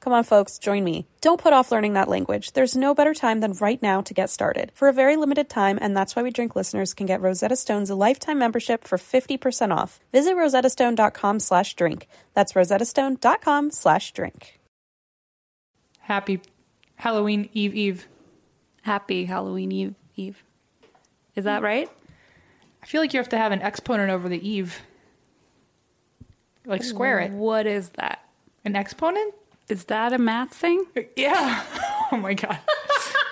Come on, folks, join me. Don't put off learning that language. There's no better time than right now to get started. For a very limited time, and that's why we drink listeners can get Rosetta Stone's lifetime membership for 50% off. Visit rosettastone.com slash drink. That's rosettastone.com slash drink. Happy Halloween Eve Eve. Happy Halloween Eve. Eve. Is that right? I feel like you have to have an exponent over the Eve. Like square it. What is that? An exponent? Is that a math thing? Yeah. Oh my god.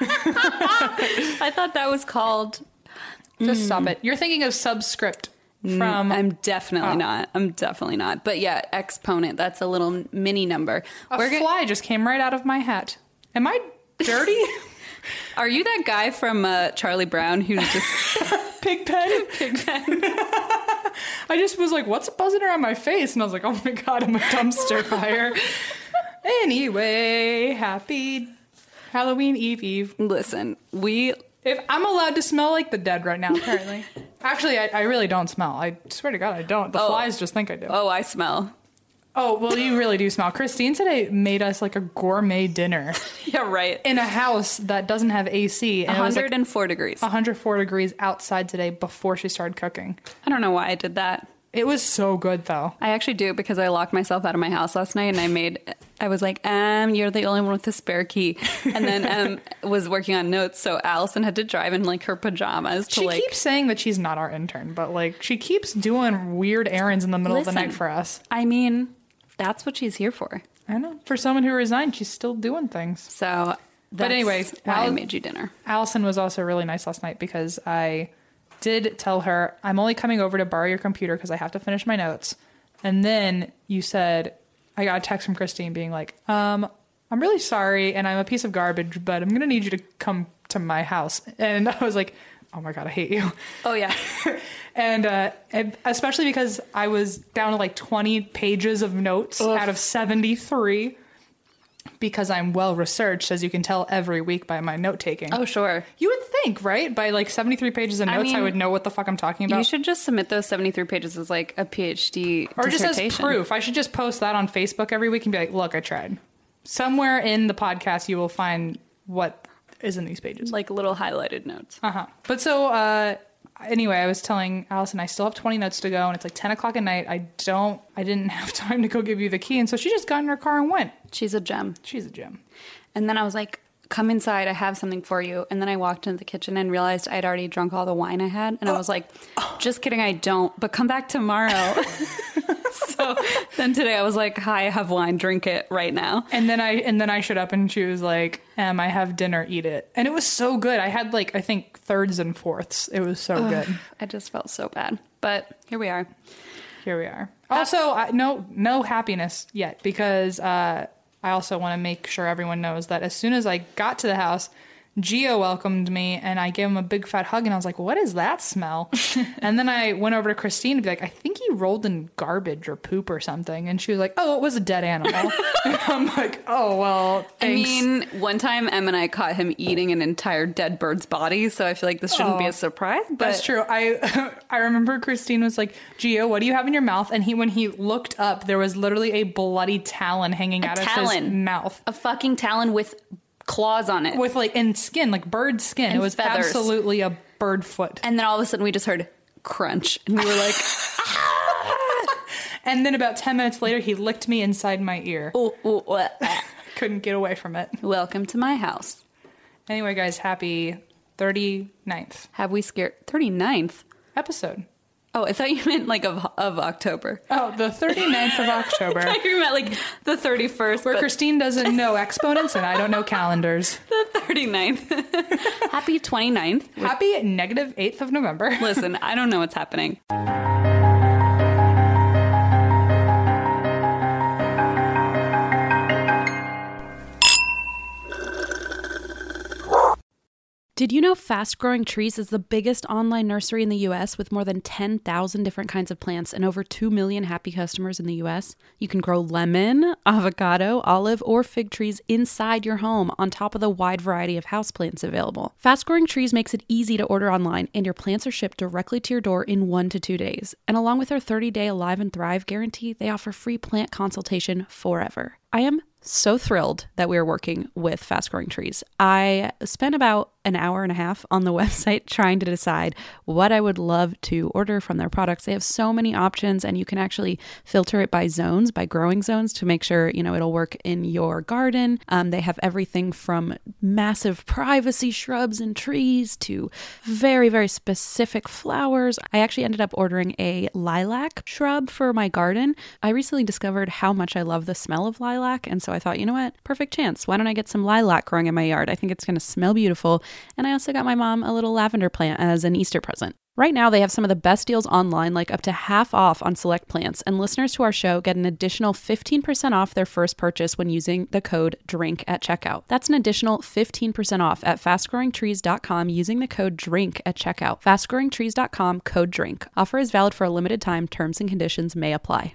I thought that was called. Just stop it. You're thinking of subscript from Mm. Um, I'm definitely not. I'm definitely not. But yeah, exponent. That's a little mini number. a We're go- fly just came right out of my hat. Am I dirty? Are you that guy from uh, Charlie Brown who just Pigpen. I just was like, what's buzzing around my face? And I was like, oh my god, I'm a dumpster fire. anyway, happy Halloween Eve Eve. listen? We If I'm allowed to smell like the dead right now, apparently. Actually, I, I really don't smell. I swear to God, I don't. The Oh. flies just think I do. Oh. oh, I smell. well, you really do smell. Christine today made us like a gourmet dinner Yeah, right. in a house that doesn't have AC, and it was like Uh-huh. 104 degrees. 104 degrees outside today before she started cooking. I don't know why I did that. It was so good though. I actually do because I locked myself out of my house last night and I made I was like, um, you're the only one with the spare key. And then um was working on notes, so Allison had to drive in like her pajamas to She like keeps saying that she's not our intern, but like she keeps doing weird errands in the middle of the night Listen. for us. I mean, that's what she's here for. I know. For someone who resigned, she's still doing things. So that's anyway, why I Al- made you dinner. Allison was also really nice last night because I did tell her I'm only coming over to borrow your computer because I have to finish my notes. And then you said I got a text from Christine being like, "Um, I'm really sorry, and I'm a piece of garbage, but I'm gonna need you to come to my house." And I was like, "Oh my god, I hate you." Oh yeah. and, uh, and especially because I was down to like 20 pages of notes out of 73 because I'm well researched, as you can tell every week by my note taking. Oh sure. You would think, right? By like 73 pages of I notes, I, mean, would know what the fuck I'm talking about. You should just submit those 73 pages as like a PhD or just as dissertation. proof. I should just post that on Facebook every week and be like, look, I tried. Somewhere in the podcast, you will find what is in these pages. like little highlighted notes. Uh huh. But so, uh, anyway, I was telling Allison, I still have 20 notes to go, and it's like 10 o'clock at night. I don't, I didn't have time to go give you the key. And so she just got in her car and went. She's a gem. She's a gem. And then I was like, come inside, I have something for you. And then I walked into the kitchen and realized I'd already drunk all the wine I had. And I was like, just kidding, I don't, but come back tomorrow. so then today I was like, hi, I have wine, drink it right now. And then I and then I showed up and she was like, "Em, I have dinner, eat it." And it was so good. I had like I think thirds and fourths. It was so good. I just felt so bad. But here we are. Here we are. Also, I, no no happiness yet because uh, I also want to make sure everyone knows that as soon as I got to the house, Gio welcomed me and I gave him a big fat hug and I was like, "What is that smell?" and then I went over to Christine to be like, "I think he rolled in garbage or poop or something," and she was like, "Oh, it was a dead animal." and I'm like, "Oh well, thanks." I mean, one time Em and I caught him eating an entire dead bird's body, so I feel like this shouldn't be Oh. a surprise. But That's true. I I remember Christine was like, "Gio, what do you have in your mouth?" And he, when he looked up, there was literally a bloody talon hanging out of his talon. mouth A fucking talon with claws on it. with like and skin, like bird skin. And it was feathers. absolutely a bird foot. and then all of a sudden we just heard crunch. And we were like, And then about ten minutes later, he licked me inside my ear. ooh, ooh, uh, uh." Couldn't get away from it. Welcome to my house. Anyway, guys, happy 39th Have we scared 39th? episode. Oh, I thought you meant like of of October. Oh, the 39th of October. I thought you meant like the 31st, Where but Christine doesn't know exponents and I don't know calendars. the 39th. Happy 29th. Happy negative 8th of November. Listen, I don't know what's happening. Did you know Fast Growing Trees is the biggest online nursery in the US with more than 10,000 different kinds of plants and over 2 million happy customers in the US? You can grow lemon, avocado, olive, or fig trees inside your home on top of the wide variety of houseplants available. Fast Growing Trees makes it easy to order online and your plants are shipped directly to your door in 1 to 2 days. And along with their 30-day Alive and Thrive guarantee, they offer free plant consultation forever. I am so thrilled that we are working with Fast Growing Trees. I spent about an hour and a half on the website trying to decide what I would love to order from their products. They have so many options, and you can actually filter it by zones, by growing zones, to make sure you know it'll work in your garden. Um, they have everything from massive privacy shrubs and trees to very very specific flowers. I actually ended up ordering a lilac shrub for my garden. I recently discovered how much I love the smell of lilac, and so I thought, you know what, perfect chance. Why don't I get some lilac growing in my yard? I think it's going to smell beautiful. And I also got my mom a little lavender plant as an Easter present. Right now, they have some of the best deals online, like up to half off on select plants. And listeners to our show get an additional 15% off their first purchase when using the code DRINK at checkout. That's an additional 15% off at fastgrowingtrees.com using the code DRINK at checkout. Fastgrowingtrees.com code DRINK. Offer is valid for a limited time. Terms and conditions may apply.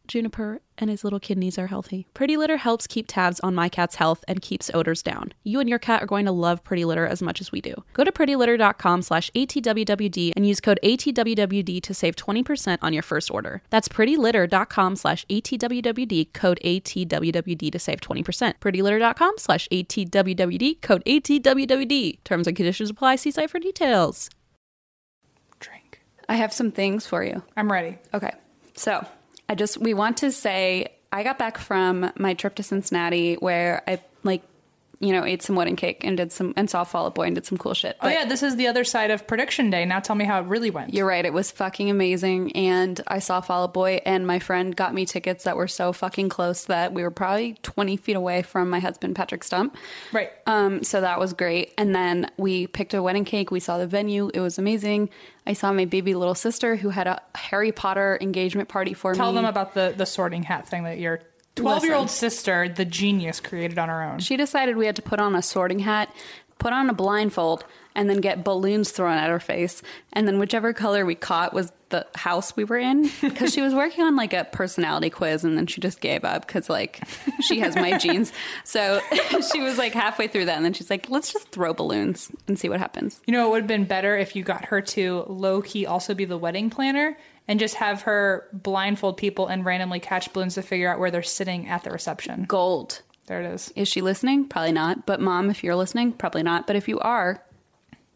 Juniper and his little kidneys are healthy. Pretty Litter helps keep tabs on my cat's health and keeps odors down. You and your cat are going to love Pretty Litter as much as we do. Go to prettylitter.com slash ATWWD and use code ATWWD to save 20% on your first order. That's prettylitter.com slash ATWWD, code ATWWD to save 20%. prettylitter.com slash ATWWD, code ATWWD. Terms and conditions apply. See site for details. Drink. I have some things for you. I'm ready. Okay. So I just, we want to say, I got back from my trip to Cincinnati where I like, you know, ate some wedding cake and did some, and saw Fall Out Boy and did some cool shit. Oh, yeah, this is the other side of prediction day. Now tell me how it really went. You're right. It was fucking amazing. And I saw Fall Out Boy, and my friend got me tickets that were so fucking close that we were probably 20 feet away from my husband, Patrick Stump. Right. Um, so that was great. And then we picked a wedding cake. We saw the venue. It was amazing. I saw my baby little sister who had a Harry Potter engagement party for Tell me. them about the, the sorting hat thing that your 12 year old sister, the genius, created on her own. She decided we had to put on a sorting hat, put on a blindfold, and then get balloons thrown at our face. And then whichever color we caught was the house we were in because she was working on like a personality quiz and then she just gave up because like she has my genes. So she was like halfway through that and then she's like, let's just throw balloons and see what happens. You know, it would have been better if you got her to low key also be the wedding planner and just have her blindfold people and randomly catch balloons to figure out where they're sitting at the reception. Gold. There it is. Is she listening? Probably not. But mom, if you're listening, probably not. But if you are,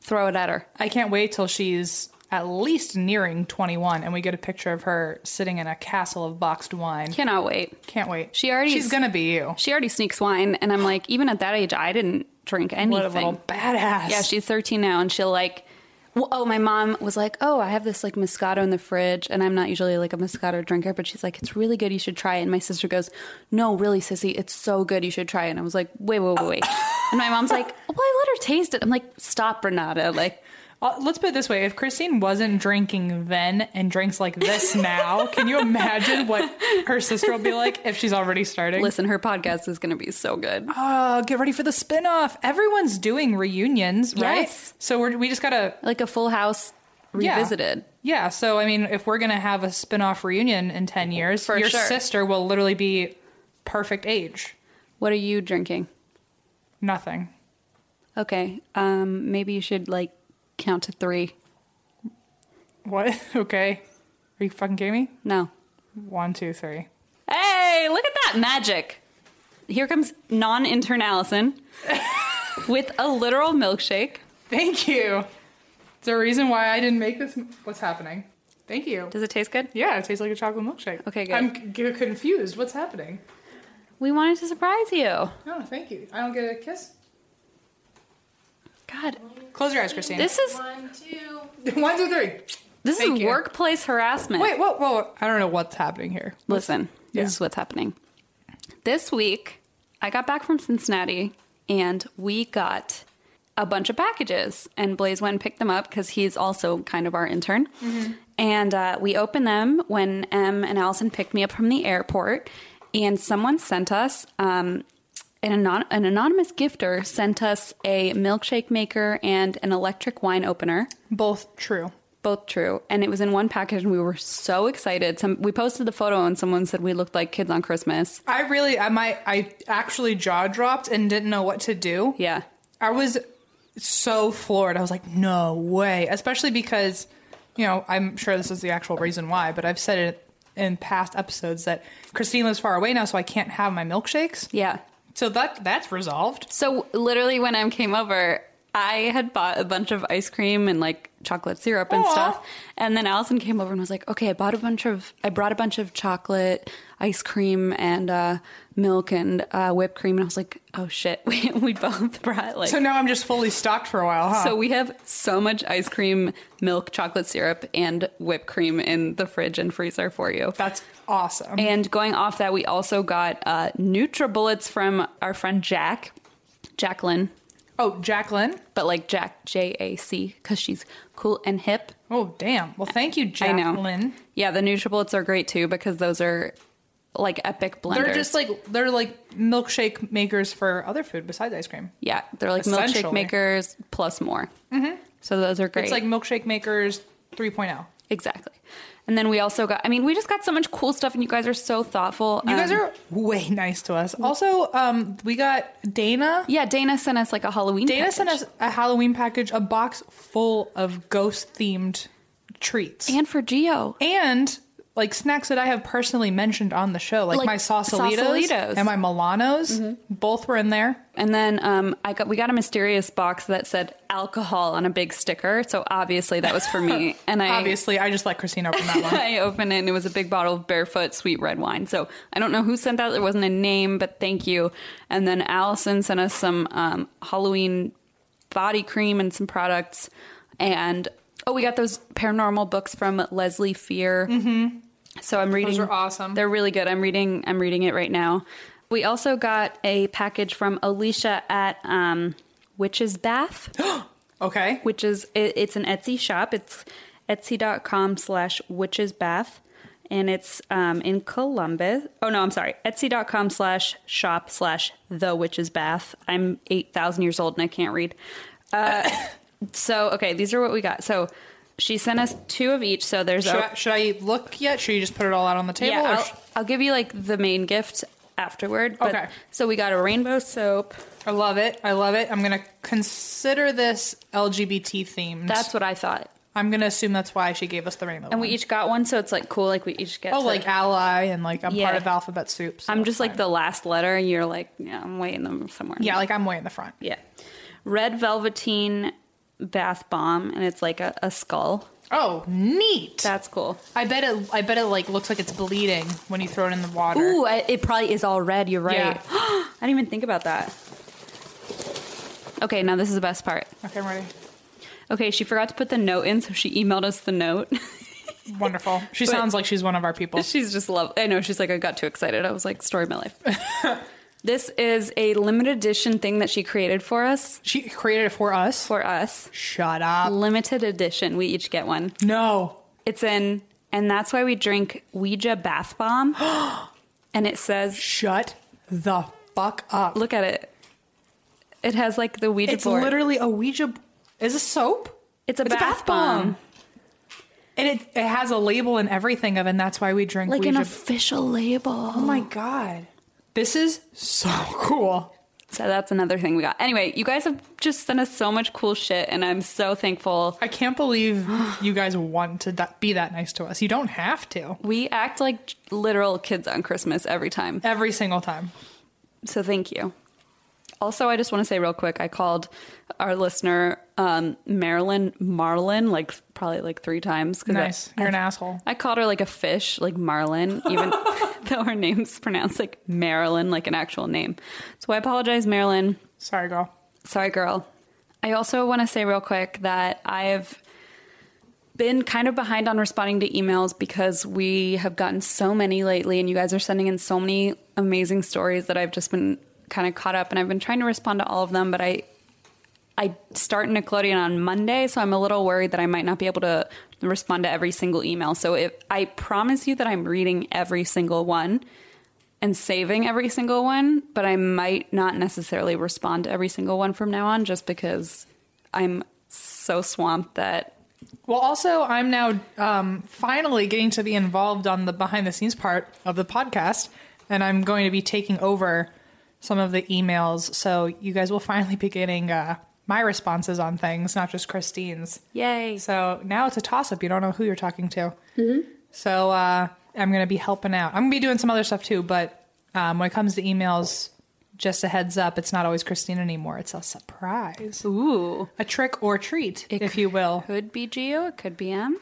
throw it at her. I can't wait till she's at least nearing 21 and we get a picture of her sitting in a castle of boxed wine. Cannot wait. Can't wait. She already She's is- going to be you. She already sneaks wine, and I'm like, even at that age, I didn't drink anything. What a little badass. yeah, she's 13 now, and she'll like. w- Oh, my mom was like, "Oh, I have this like Moscato in the fridge, and I'm not usually like a Moscato drinker, but she's like, it's really good. You should try it." And my sister goes, "No, really, sissy, it's so good. You should try it." And I was like, "Wait, wait, wait, wait." and my mom's like, "Well, I let her taste it." I'm like, "Stop, Renata. Like, Uh, let's put it this way: if Christine wasn't drinking then and drinks like this now, can you imagine what her sister will be like if she's already starting? Listen, her podcast is going to be so good. Uh, get ready for the spinoff. Everyone's doing reunions, right? Yes. So we're, we just gotta Like a full house yeah. revisited. Yeah. So I mean, if we're gonna have a spinoff reunion in ten years, For your sure. sister will literally be perfect age. What are you drinking? Nothing. Okay. Um, maybe you should like count to three. What? Okay. Are you fucking kidding me? No. One, two, three. Hey, look at that magic. Here comes non intern Allison with a literal milkshake. Thank you. It's a reason why I didn't make this. What's happening? Thank you. Does it taste good? Yeah, it tastes like a chocolate milkshake. Okay, good. I'm c- c- confused. What's happening? We wanted to surprise you. Oh, thank you. I don't get a kiss. God, Close your eyes, Christine. this is One, two. One, two, three. this Thank is you. workplace harassment. Wait, whoa, whoa. I don't know what's happening here. Listen, Yeah. this is what's happening. This week, I got back from Cincinnati and we got a bunch of packages. And Blaze went and picked them up because he's also kind of our intern. And uh, we opened them when Em and Allison picked me up from the airport. And someone sent us um, an, anon- an anonymous gifter sent us a milkshake maker and an electric wine opener Both true. both true and it was in one package and we were so excited some we posted the photo and someone said we looked like kids on christmas I really, I might, I actually jaw dropped and didn't know what to do. yeah I was so floored. I was like, no way. Especially because, you know, I'm sure this is the actual reason why, but I've said it in past episodes that Christine lives far away now, so I can't have my milkshakes. yeah So that that's resolved. so literally when em came over i had bought a bunch of ice cream and like chocolate syrup and Aw. stuff and then allison came over and was like okay i bought a bunch of i brought a bunch of chocolate ice cream and uh milk and uh whipped cream and i was like oh shit we, we both brought like So now I'm just fully stocked for a while, huh? So we have so much ice cream, milk, chocolate syrup, and whipped cream in the fridge and freezer for you. that's awesome. And going off that, we also got uh, NutriBullets from our friend Jack, Jacqueline, oh, Jacqueline. but like Jack J A C because she's cool and hip. Oh, damn. Well, thank you, I Jacqueline. know. Yeah, the NutriBullets are great too because those are like epic blenders. They're just like they're like milkshake makers for other food besides ice cream. yeah, they're like milkshake Essentially. makers plus more. Mm-hmm. So those are great. It's like milkshake makers oh. 3.0. Exactly. And then we also got, I mean, we just got so much cool stuff, and you guys are so thoughtful. You Um, guys are way nice to us. Also, um, we got Dana. Yeah, Dana sent us like a Halloween. Dana sent package. us a Halloween package, a box full of ghost themed treats and, And for Geo. like snacks that I have personally mentioned on the show, like, Like Mm-hmm. my Sausalitos, Sausalitos. and my Milanos. Both were in there. And then um, I got we got a mysterious box that said alcohol on a big sticker. So obviously that was for me. And I Obviously, I just let Christina open that one. I opened it and it was a big bottle of barefoot sweet red wine. So I don't know who sent that. There wasn't a name, but thank you. And then Allison sent us some um, Halloween body cream and some products. And oh, we got those paranormal books from Leslie Fear. Mm-hmm. So I'm reading. are awesome. They're really good. I'm reading. I'm reading it right now. We also got a package from Alicia at um, Witch's Bath Okay. which is it, it's an Etsy shop. It's etsy.com slash witches bath. And it's um, in Columbus. Oh, no, I'm sorry. Etsy.com slash shop slash the witches bath. I'm 8,000 years old and I can't read. Uh, so, okay, these are what we got. So she sent us two of each. So there's Should a. I, should I look yet? Should you just put it all out on the table? Yeah, or I'll, sh- I'll give you like the main gift afterward. But, Okay. So we got a rainbow soap. I love it. I love it. I'm going to consider this LGBT themed. That's what I thought. I'm going to assume that's why she gave us the rainbow. And we each got one. So it's like cool. Like we each get Oh, to- like ally and like I'm part Yeah. of Alphabet Soup. so I'm it's just like fine. the last letter, and you're like, yeah, I'm waiting them somewhere. yeah, like I'm way in the front. yeah. Red velveteen bath bomb, and it's like a, a skull. Oh, neat. That's cool. I bet it. I bet it like looks like it's bleeding when you throw it in the water. Ooh, I, it probably is all red. You're right. Yeah. I didn't even think about that. Okay, now this is the best part. Okay, I'm ready. Okay, she forgot to put the note in, so she emailed us the note. Wonderful. She sounds like she's one of our people. she's just love. I know she's like, I got too excited. I was like, story of my life. This is a limited edition thing that she created for us. She created it for us. For us. Shut up. Limited edition. We each get one. No. It's in, and that's why we drink Ouija bath bomb. and it says, Shut the fuck up. look at it. It has like the Ouija It's board. literally a Ouija. Is a soap? It's a bath bomb. And it, it has a label and everything of, and that's why we drink Like Ouija. an official oh label. my god, this is so cool. so that's another thing we got. Anyway, you guys have just sent us so much cool shit, and I'm so thankful. I can't believe you guys want to that, be that nice to us. You don't have to We act like literal kids on Christmas every time. every single time. So thank you. Also, I just want to say real quick, I called our listener um, Marilyn Marlin like probably like three times. 'cause Nice, I, you're an asshole. I called her like a fish, like Marlin, even though her name's pronounced like Marilyn, like an actual name. So I apologize, Marilyn. Sorry, girl. Sorry, girl. I also want to say real quick that I've been kind of behind on responding to emails because we have gotten so many lately, and you guys are sending in so many amazing stories that I've just been kind of caught up, and I've been trying to respond to all of them, but I I start Nickelodeon on Monday, so I'm a little worried that I might not be able to respond to every single email. So if I promise you that I'm reading every single one and saving every single one, but I might not necessarily respond to every single one from now on just because I'm so swamped that Well, also, I'm now um, finally getting to be involved on the behind the scenes part of the podcast, and I'm going to be taking over some of the emails. So you guys will finally be getting uh, my responses on things, not just Christine's. yay. Mm-hmm. So now it's a toss up. You don't know who you're talking to. So uh, I'm going to be helping out. I'm going to be doing some other stuff too, but um, when it comes to emails, just a heads up, it's not always Christine anymore. It's a surprise, Ooh. a trick or treat, It if you will. Could be Geo, it could be M.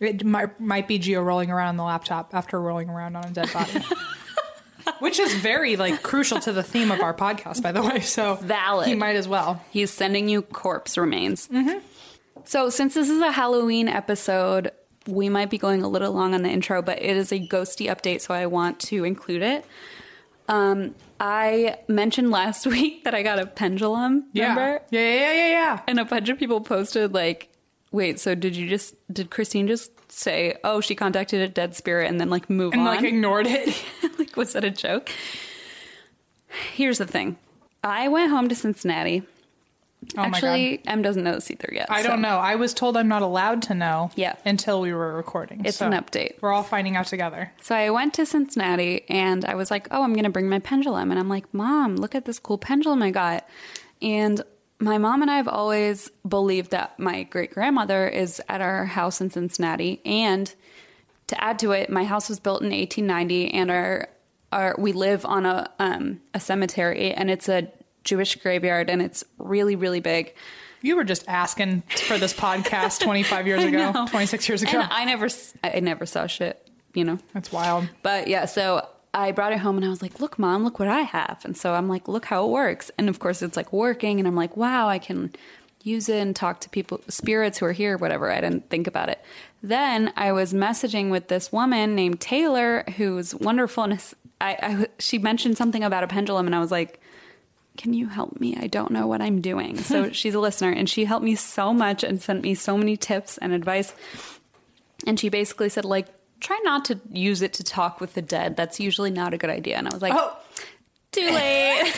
It might, might be Geo rolling around on the laptop after rolling around on a dead body. Which is very like crucial to the theme of our podcast, by the way. So Valid. He might as well. He's sending you corpse remains. Mm-hmm. So, since this is a Halloween episode, we might be going a little long on the intro, but it is a ghosty update, so I want to include it. Um, I mentioned last week that I got a pendulum. Remember? Yeah. Yeah. Yeah. Yeah. Yeah. And a bunch of people posted like, "Wait, so did you just did Christine just say, oh, she contacted a dead spirit and then like move And on? like ignored it. like was that a joke here's the thing i went home to cincinnati Oh my God. actually em doesn't know this either yet I so- don't know. I was told I'm not allowed to know. Yeah. Until we were recording. It's an update. We're all finding out together. so i went to cincinnati and i was like oh i'm gonna bring my pendulum and i'm like mom look at this cool pendulum i got and my mom and i have always believed that my great grandmother is at our house in cincinnati and to add to it my house was built in 1890 and our are we live on a um, a cemetery and it's a Jewish graveyard and it's really really big. You were just asking for this podcast 25 years ago, 26 years ago. And I never s- I never saw shit, you know. That's wild. But yeah, so I brought it home and I was like, "Look, mom, look what I have." And so I'm like, "Look how it works." And of course, it's like working and I'm like, "Wow, I can use it and talk to people spirits who are here whatever." I didn't think about it. Then I was messaging with this woman named Taylor who's wonderful and is- I, I she mentioned something about a pendulum and I was like, can you help me? I don't know what I'm doing. So she's a listener and she helped me so much and sent me so many tips and advice. And she basically said, like, try not to use it to talk with the dead. That's usually not a good idea. And I was like, Oh. too late.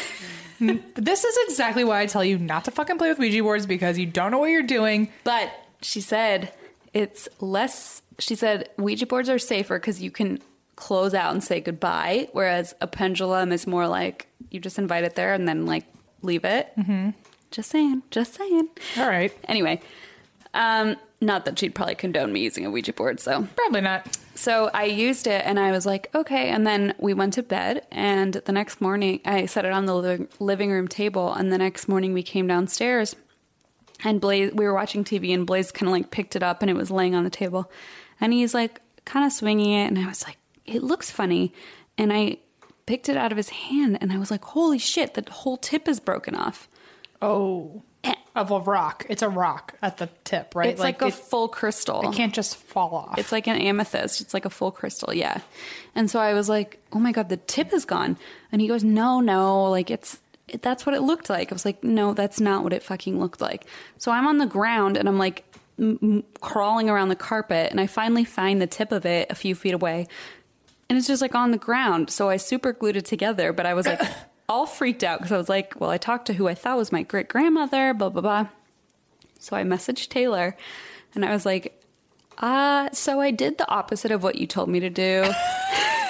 This is exactly why I tell you not to fucking play with Ouija boards because you don't know what you're doing. but she said, it's less, she said, Ouija boards are safer because you can close out and say goodbye, whereas a pendulum is more like you just invite it there and then, like, leave it. Mm-hmm. Just saying, just saying. All right. Anyway, um, not that she'd probably condone me using a Ouija board. So, Probably not. so I used it, and I was like, okay. And then we went to bed, and the next morning I set it on the li- living room table, and the next morning we came downstairs, and Blaze, we were watching TV, and Blaze kind of like picked it up, and it was laying on the table, and he's like kind of swinging it, and I was like, it looks funny, and I picked it out of his hand, and I was like, holy shit, the whole tip is broken off. Oh. of a rock. It's a rock at the tip, right? It's like, a full crystal. it can't just fall off. It's like an amethyst. It's like a full crystal. Yeah. And so I was like, oh my God, the tip is gone. And he goes, no, no. Like it's, it, that's what it looked like. I was like, no, that's not what it fucking looked like. So I'm on the ground and I'm like m- m- crawling around the carpet and I finally find the tip of it a few feet away and it's just like on the ground. So I super glued it together, but I was like all freaked out because I was like, well, I talked to who I thought was my great grandmother, blah, blah, blah. So I messaged Taylor and I was like, uh, so I did the opposite of what you told me to do.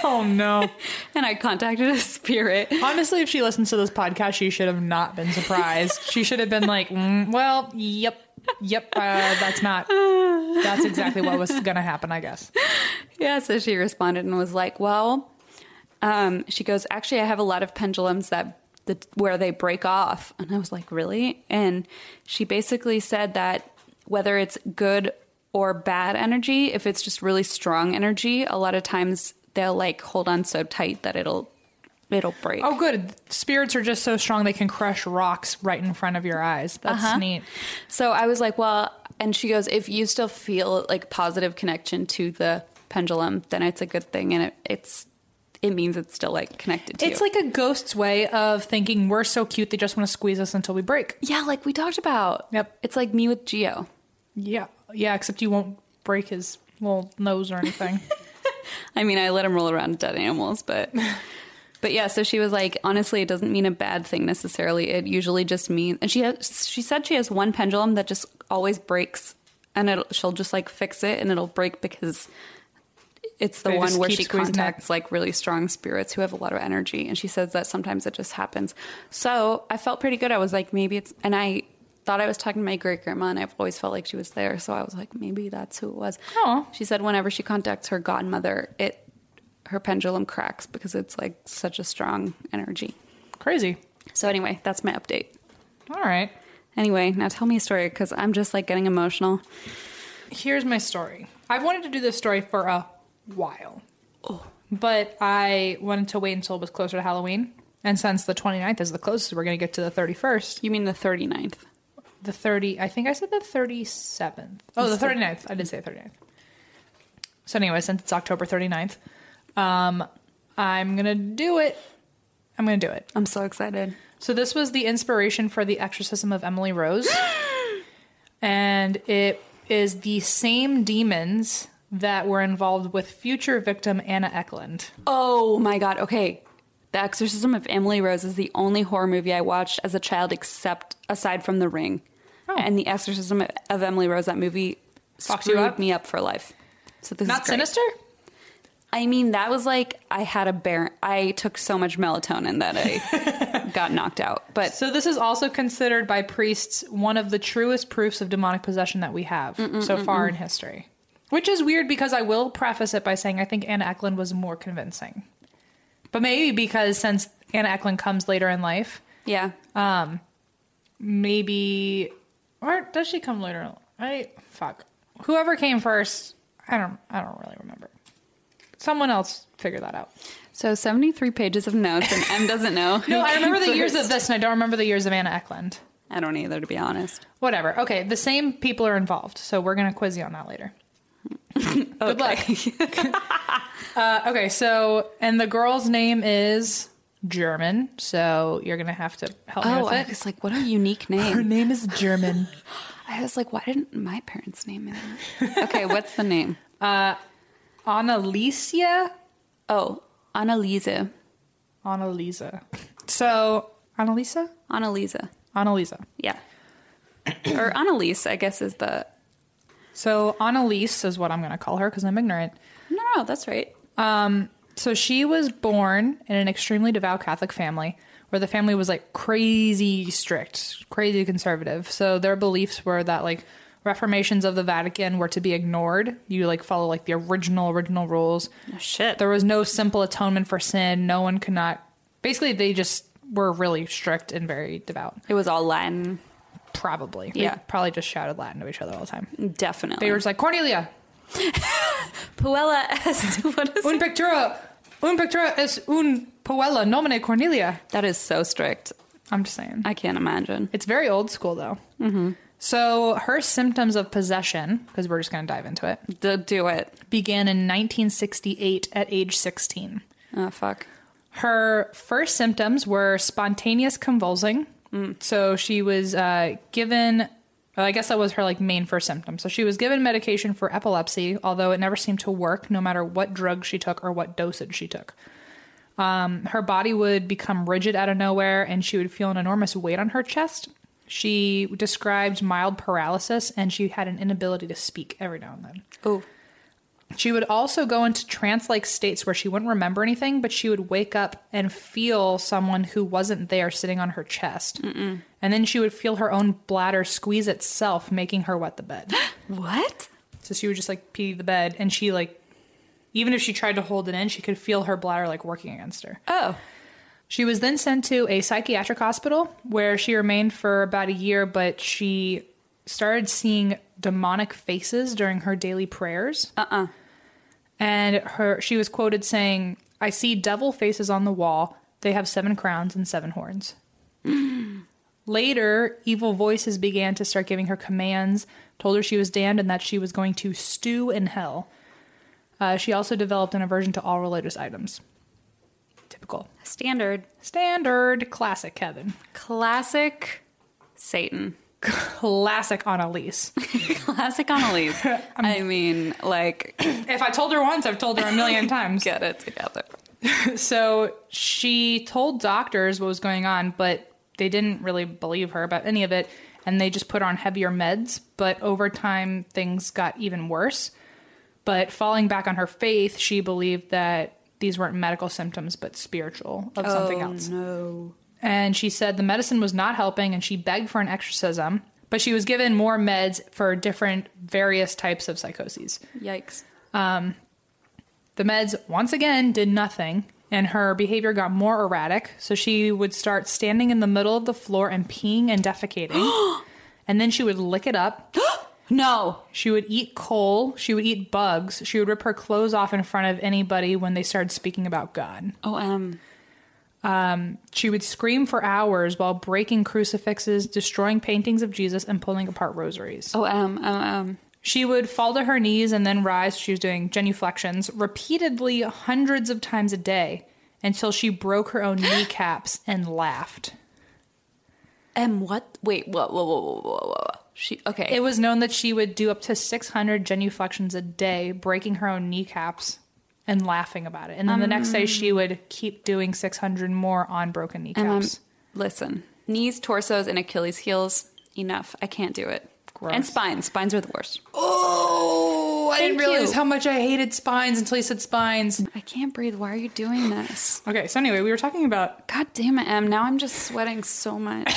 oh no. and I contacted a spirit. Honestly, if she listens to this podcast, she should have not been surprised. she should have been like, mm, well, yep, yep, uh, that's not, that's exactly what was going to happen, I guess. Yeah, so she responded and was like, "Well," um, she goes, "Actually, I have a lot of pendulums that the, where they break off," and I was like, "Really?" And she basically said that whether it's good or bad energy, if it's just really strong energy, a lot of times they'll like hold on so tight that it'll it'll break. Oh, good. Spirits are just so strong they can crush rocks right in front of your eyes. That's neat. So I was like, well, and she goes, if you still feel like positive connection to the pendulum, then it's a good thing, and it, it's it means it's still like connected to It's you. like a ghost's way of thinking we're so cute, they just want to squeeze us until we break. yeah, like we talked about. Yep. It's like me with Geo. Yeah. Yeah, except you won't break his little nose or anything. I mean, I let him roll around dead animals, but but yeah. So she was like, honestly, it doesn't mean a bad thing necessarily. It usually just means. And she has, she said she has one pendulum that just always breaks, and it'll, she'll just like fix it, and it'll break because it's the They one just where keep she squeezing it. contacts like really strong spirits who have a lot of energy, and she says that sometimes it just happens. So I felt pretty good. I was like, maybe it's, and I. Thought I was talking to my great grandma, and I've always felt like she was there. So I was like, maybe that's who it was. Aw. She said whenever she contacts her godmother, it her pendulum cracks because it's like such a strong energy. Crazy. So anyway, that's my update. All right. Anyway, now tell me a story because I'm just like getting emotional. here's my story. I've wanted to do this story for a while. But I wanted to wait until it was closer to Halloween. And since the 29th is the closest, we're going to get to the 31st. You mean the 39th? The 30, I think I said the 37th. Oh, the 39th. I did say 39th. So, anyway, since it's October 39th, um, I'm going to do it. I'm going to do it. I'm so excited. So this was the inspiration for the exorcism of Emily Rose. and it is the same demons that were involved with future victim Anna Eklund. Oh my god. Okay. The Exorcism of Emily Rose is the only horror movie I watched as a child except aside from The Ring. And The Exorcism of Emily Rose that movie Oh. Fucked you screwed up? me up for life. So this Not is great. sinister? I mean, that was like I had a bear. I took so much melatonin that I got knocked out. But So this is also considered by priests one of the truest proofs of demonic possession that we have so far in history. Which is weird because I will preface it by saying I think Anna Eklund was more convincing. But maybe because since Anna Eklund comes later in life, yeah, maybe or does she come later? I fuck. Whoever came first, I don't I don't really remember. Someone else figure that out. so seventy-three pages of notes, and M doesn't know. No, who I remember came the years first. of this and I don't remember the years of Anna Eklund. I don't either, to be honest. Whatever. Okay, the same people are involved, so we're gonna quiz you on that later. Good luck. uh, okay, so and the girl's name is German, so you're gonna have to help me Oh, with I it. was like, what a unique name. name is German. I was like, why didn't my parents name it? that? Okay, what's the name? Annalicia Oh, Annalisa. Annalisa. So Annalisa? Annalisa. Annalisa. Yeah, or Annalise, I guess is the. So Annalise is what I'm going to call her because I'm ignorant. Um, No, no, that's right. So she was born in an extremely devout Catholic family where the family was like crazy strict, crazy conservative. So their beliefs were that like reformations of the Vatican were to be ignored. You like follow like the original original rules. Oh, shit. There was no simple atonement for sin. No one could not. Basically, they just were really strict and very devout. It was all Latin, Probably. Yeah. They probably just shouted Latin to each other all the time. definitely. They were just like, Cornelia, Puella est. What is un pictura, un pictura es un puella nomine Cornelia. That is so strict. I'm just saying. I can't imagine. It's very old school though. So her symptoms of possession, because we're just going to dive into it, D- do it. began in 1968 at age 16. Oh, fuck. Her first symptoms were spontaneous convulsing. So she was uh, given, well, I guess that was her like main first symptom. So she was given medication for epilepsy, although it never seemed to work, no matter what drug she took or what dosage she took. Um, her body would become rigid out of nowhere, and she would feel an enormous weight on her chest. She described mild paralysis, and she had an inability to speak every now and then. Oh, She would also go into trance like states where she wouldn't remember anything, but she would wake up and feel someone who wasn't there sitting on her chest. And then she would feel her own bladder squeeze itself, making her wet the bed. what? so she would just like pee the bed, and she like, even if she tried to hold it in, she could feel her bladder like working against her. Oh, She was then sent to a psychiatric hospital where she remained for about a year, but she started seeing demonic faces during her daily prayers. Uh uh And her, she was quoted saying, I see devil faces on the wall. They have seven crowns and seven horns. Later, evil voices began to start giving her commands, told her she was damned and that she was going to stew in hell. Uh, she also developed an aversion to all religious items. Typical. standard, Standard classic Kevin. classic Satan, Classic Annalise. classic Annalise. I mean, like, if I told her once, I've told her a million times. get it together. So she told doctors what was going on, but they didn't really believe her about any of it. And they just put her on heavier meds. But over time, things got even worse. But falling back on her faith, she believed that these weren't medical symptoms, but spiritual of something else. Oh, No. and she said the medicine was not helping and she begged for an exorcism but she was given more meds for different various types of psychoses Yikes. the meds once again did nothing and her behavior got more erratic so she would start standing in the middle of the floor and peeing and defecating and then she would lick it up No. she would eat coal she would eat bugs she would rip her clothes off in front of anybody when they started speaking about god OM. She would scream for hours while breaking crucifixes, destroying paintings of Jesus, and pulling apart rosaries. OM. OM. She would fall to her knees and then rise. She was doing genuflections repeatedly, hundreds of times a day, until she broke her own kneecaps and laughed. M. What? Wait, whoa, whoa, whoa, whoa, whoa, whoa. She, okay. It was known that she would do up to 600 genuflections a day, breaking her own kneecaps and laughing about it. And then the next day, she would keep doing 600 more on broken kneecaps. um, Listen, knees, torsos, and Achilles heels. Enough. I can't do it. Gross. And spines. Spines are the worst. Oh, I didn't Thank you. realize how much I hated spines until you said spines. I can't breathe. Why are you doing this? Okay, so anyway, we were talking about God damn it, Em. Now I'm just sweating so much.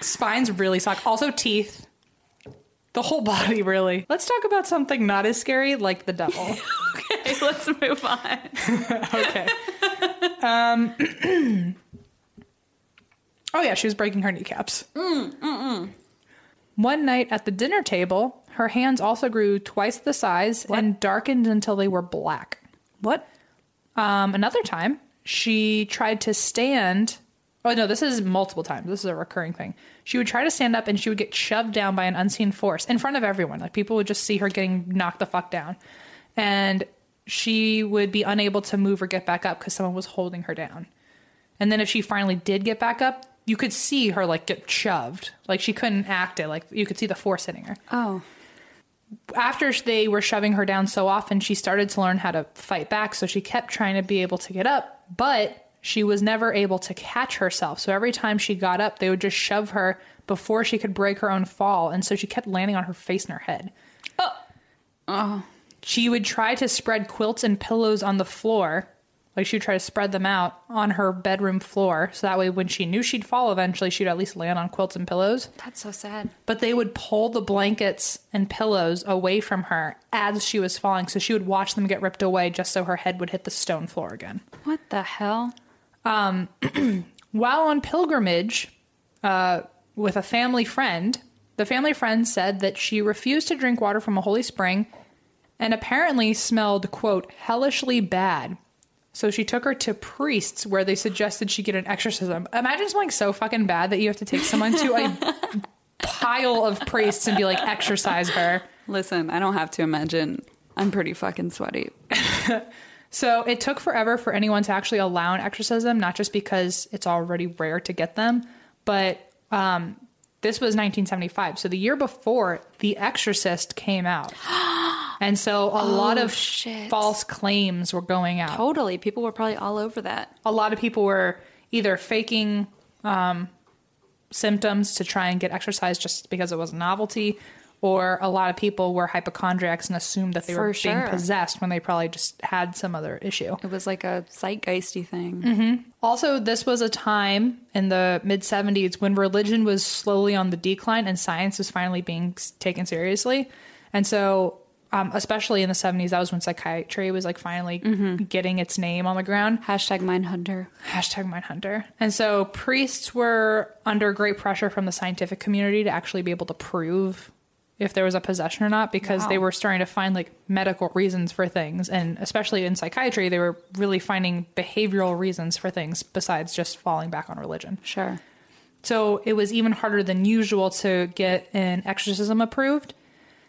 spines really suck. Also, teeth. The whole body, really. Let's talk about something not as scary, like the devil. okay, let's move on. okay. Um, oh, yeah, she was breaking her kneecaps. One night at the dinner table, her hands also grew twice the size and darkened until they were black. What? Um, another time, she tried to stand. Oh no, this is multiple times. This is a recurring thing. She would try to stand up and she would get shoved down by an unseen force in front of everyone. Like people would just see her getting knocked the fuck down. And she would be unable to move or get back up because someone was holding her down. And then if she finally did get back up, you could see her like get shoved. Like she couldn't act it. Like you could see the force hitting her Oh. after they were shoving her down so often, she started to learn how to fight back. So she kept trying to be able to get up, but she was never able to catch herself. So every time she got up, they would just shove her before she could break her own fall. And so she kept landing on her face and her head. She would try to spread quilts and pillows on the floor. Like she would try to spread them out on her bedroom floor. So that way, when she knew she'd fall eventually, she'd at least land on quilts and pillows That's so sad. but they would pull the blankets and pillows away from her as she was falling. So she would watch them get ripped away just so her head would hit the stone floor again. What the hell? While on pilgrimage uh, with a family friend, the family friend said that she refused to drink water from a holy spring and apparently smelled, quote, hellishly bad. So she took her to priests where they suggested she get an exorcism. Imagine something so fucking bad that you have to take someone to a pile of priests and be like, exorcise her. Listen, I don't have to imagine. I'm pretty fucking sweaty. So it took forever for anyone to actually allow an exorcism, not just because it's already rare to get them, but um, this was 1975. So the year before, The Exorcist came out. And so a lot of Oh, shit. false claims were going out. Totally. People were probably all over that. a lot of people were either faking um, symptoms to try and get exercise just because it was a novelty, or a lot of people were hypochondriacs and assumed that they were For being sure. possessed when they probably just had some other issue. It was like a zeitgeisty thing. Also, this was a time in the mid 70s when religion was slowly on the decline and science was finally being s- taken seriously. And so, um, especially in the 70s, that was when psychiatry was like finally getting its name on the ground. Hashtag Mindhunter. Hashtag Mindhunter. And so priests were under great pressure from the scientific community to actually be able to prove if there was a possession or not because they were starting to find like medical reasons for things. And especially in psychiatry, they were really finding behavioral reasons for things besides just falling back on religion. Sure. So it was even harder than usual to get an exorcism approved.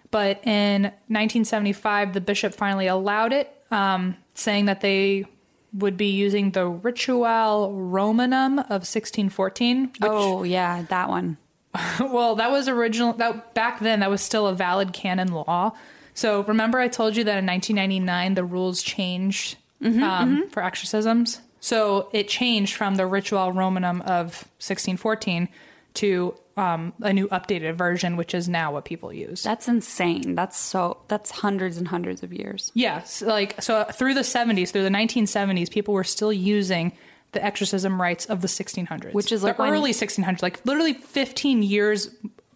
But in 1975, the bishop finally allowed it, um, saying that they would be using the Ritual Romanum of 1614. Which, oh, yeah, that one. Well, that was original. That back then, that was still a valid canon law. So remember, I told you that in 1999 the rules changed Mm-hmm, um, for exorcisms. So it changed from the Ritual Romanum of 1614 to um, a new updated version, which is now what people use. That's insane. That's so, that's hundreds and hundreds of years. Yes, like so through the 70s, through the 1970s, people were still using the exorcism rites of the 1600s, Which is like the when- early 1600s, like literally 15 years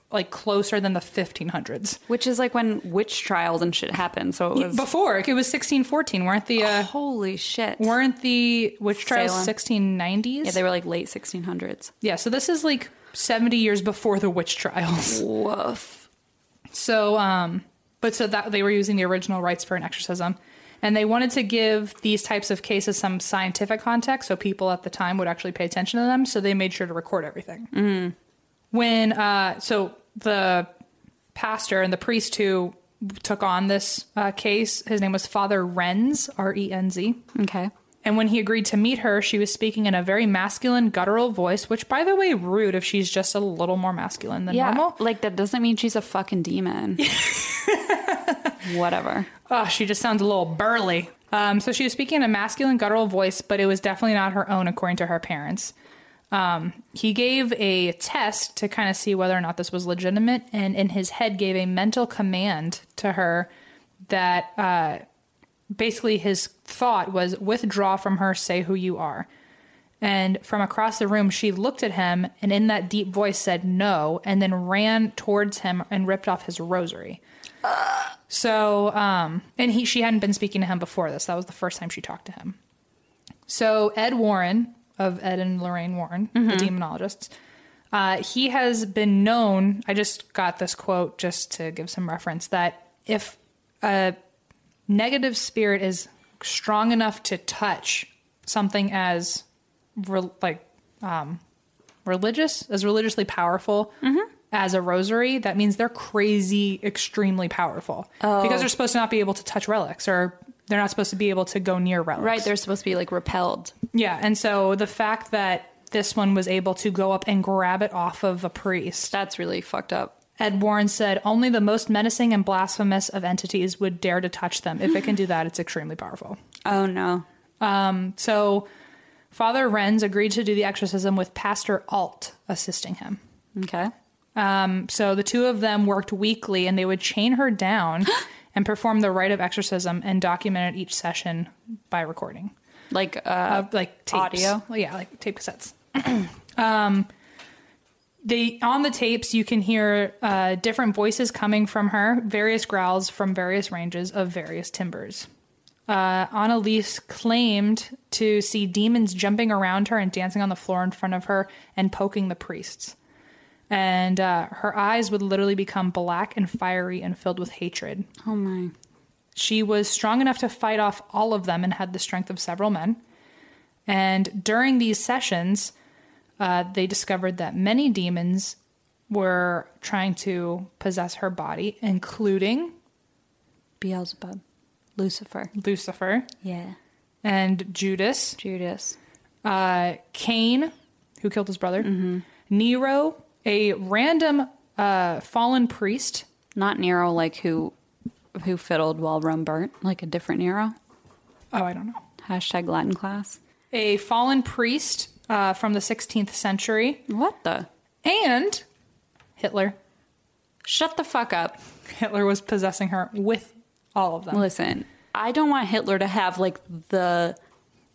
like closer than the 1500s. Which is like when witch trials and shit happened. So it was. Before it was 1614, weren't the uh, holy shit. weren't the witch trials Salem. 1690s? yeah, they were like late 1600s. Yeah, so this is like 70 years before the witch trials. Woof. So, um, but so that they were using the original rights for an exorcism. And they wanted to give these types of cases some scientific context so people at the time would actually pay attention to them. So they made sure to record everything. Mm-hmm. When, uh, so the pastor and the priest who took on this uh, case, his name was Father Renz, R E N Z. Okay. And when he agreed to meet her, she was speaking in a very masculine, guttural voice, which, by the way, rude if she's just a little more masculine than Yeah. normal. Like that doesn't mean she's a fucking demon. Whatever. Oh, she just sounds a little burly. Um, so she was speaking in a masculine, guttural voice, but it was definitely not her own, according to her parents. Um, he gave a test to kind of see whether or not this was legitimate, and in his head gave a mental command to her that uh, basically his thought was withdraw from her, say who you are. And from across the room, she looked at him and in that deep voice said no, and then ran towards him and ripped off his rosary. So, um, and he she hadn't been speaking to him before this. That was the first time she talked to him. So Ed Warren of Ed and Lorraine Warren, the demonologists, uh, he has been known. I just got this quote just to give some reference that if a negative spirit is strong enough to touch something as re- like um, religious, as religiously powerful as a rosary, that means they're crazy, extremely powerful because they're supposed to not be able to touch relics or. They're not supposed to be able to go near relics. Right. They're supposed to be like repelled. Yeah, and so the fact that this one was able to go up and grab it off of a priest, That's really fucked up. Ed Warren said, only the most menacing and blasphemous of entities would dare to touch them. If it can do that, it's extremely powerful. Oh no. So Father Renz agreed to do the exorcism with Pastor Alt assisting him. Okay. Um, so the two of them worked weekly and they would chain her down and perform the rite of exorcism and documented each session by recording. Like uh, of like tapes. Audio? Well, yeah, like tape cassettes. um, they on the tapes you can hear uh, different voices coming from her, various growls from various ranges of various timbers. Uh, Annalise claimed to see demons jumping around her and dancing on the floor in front of her and poking the priests. And uh, her eyes would literally become black and fiery and filled with hatred. oh my. She was strong enough to fight off all of them and had the strength of several men. And during these sessions, uh, they discovered that many demons were trying to possess her body, including Beelzebub. Lucifer. Lucifer Yeah. and Judas, Judas. uh, Cain, who killed his brother, Nero, a random uh, fallen priest. Not Nero like who who fiddled while Rome burnt, like a different Nero. Oh, I don't know. Hashtag Latin class. A fallen priest uh, from the 16th century, What the? and Hitler. Shut the fuck up. Hitler was possessing her with all of them. Listen, I don't want Hitler to have like the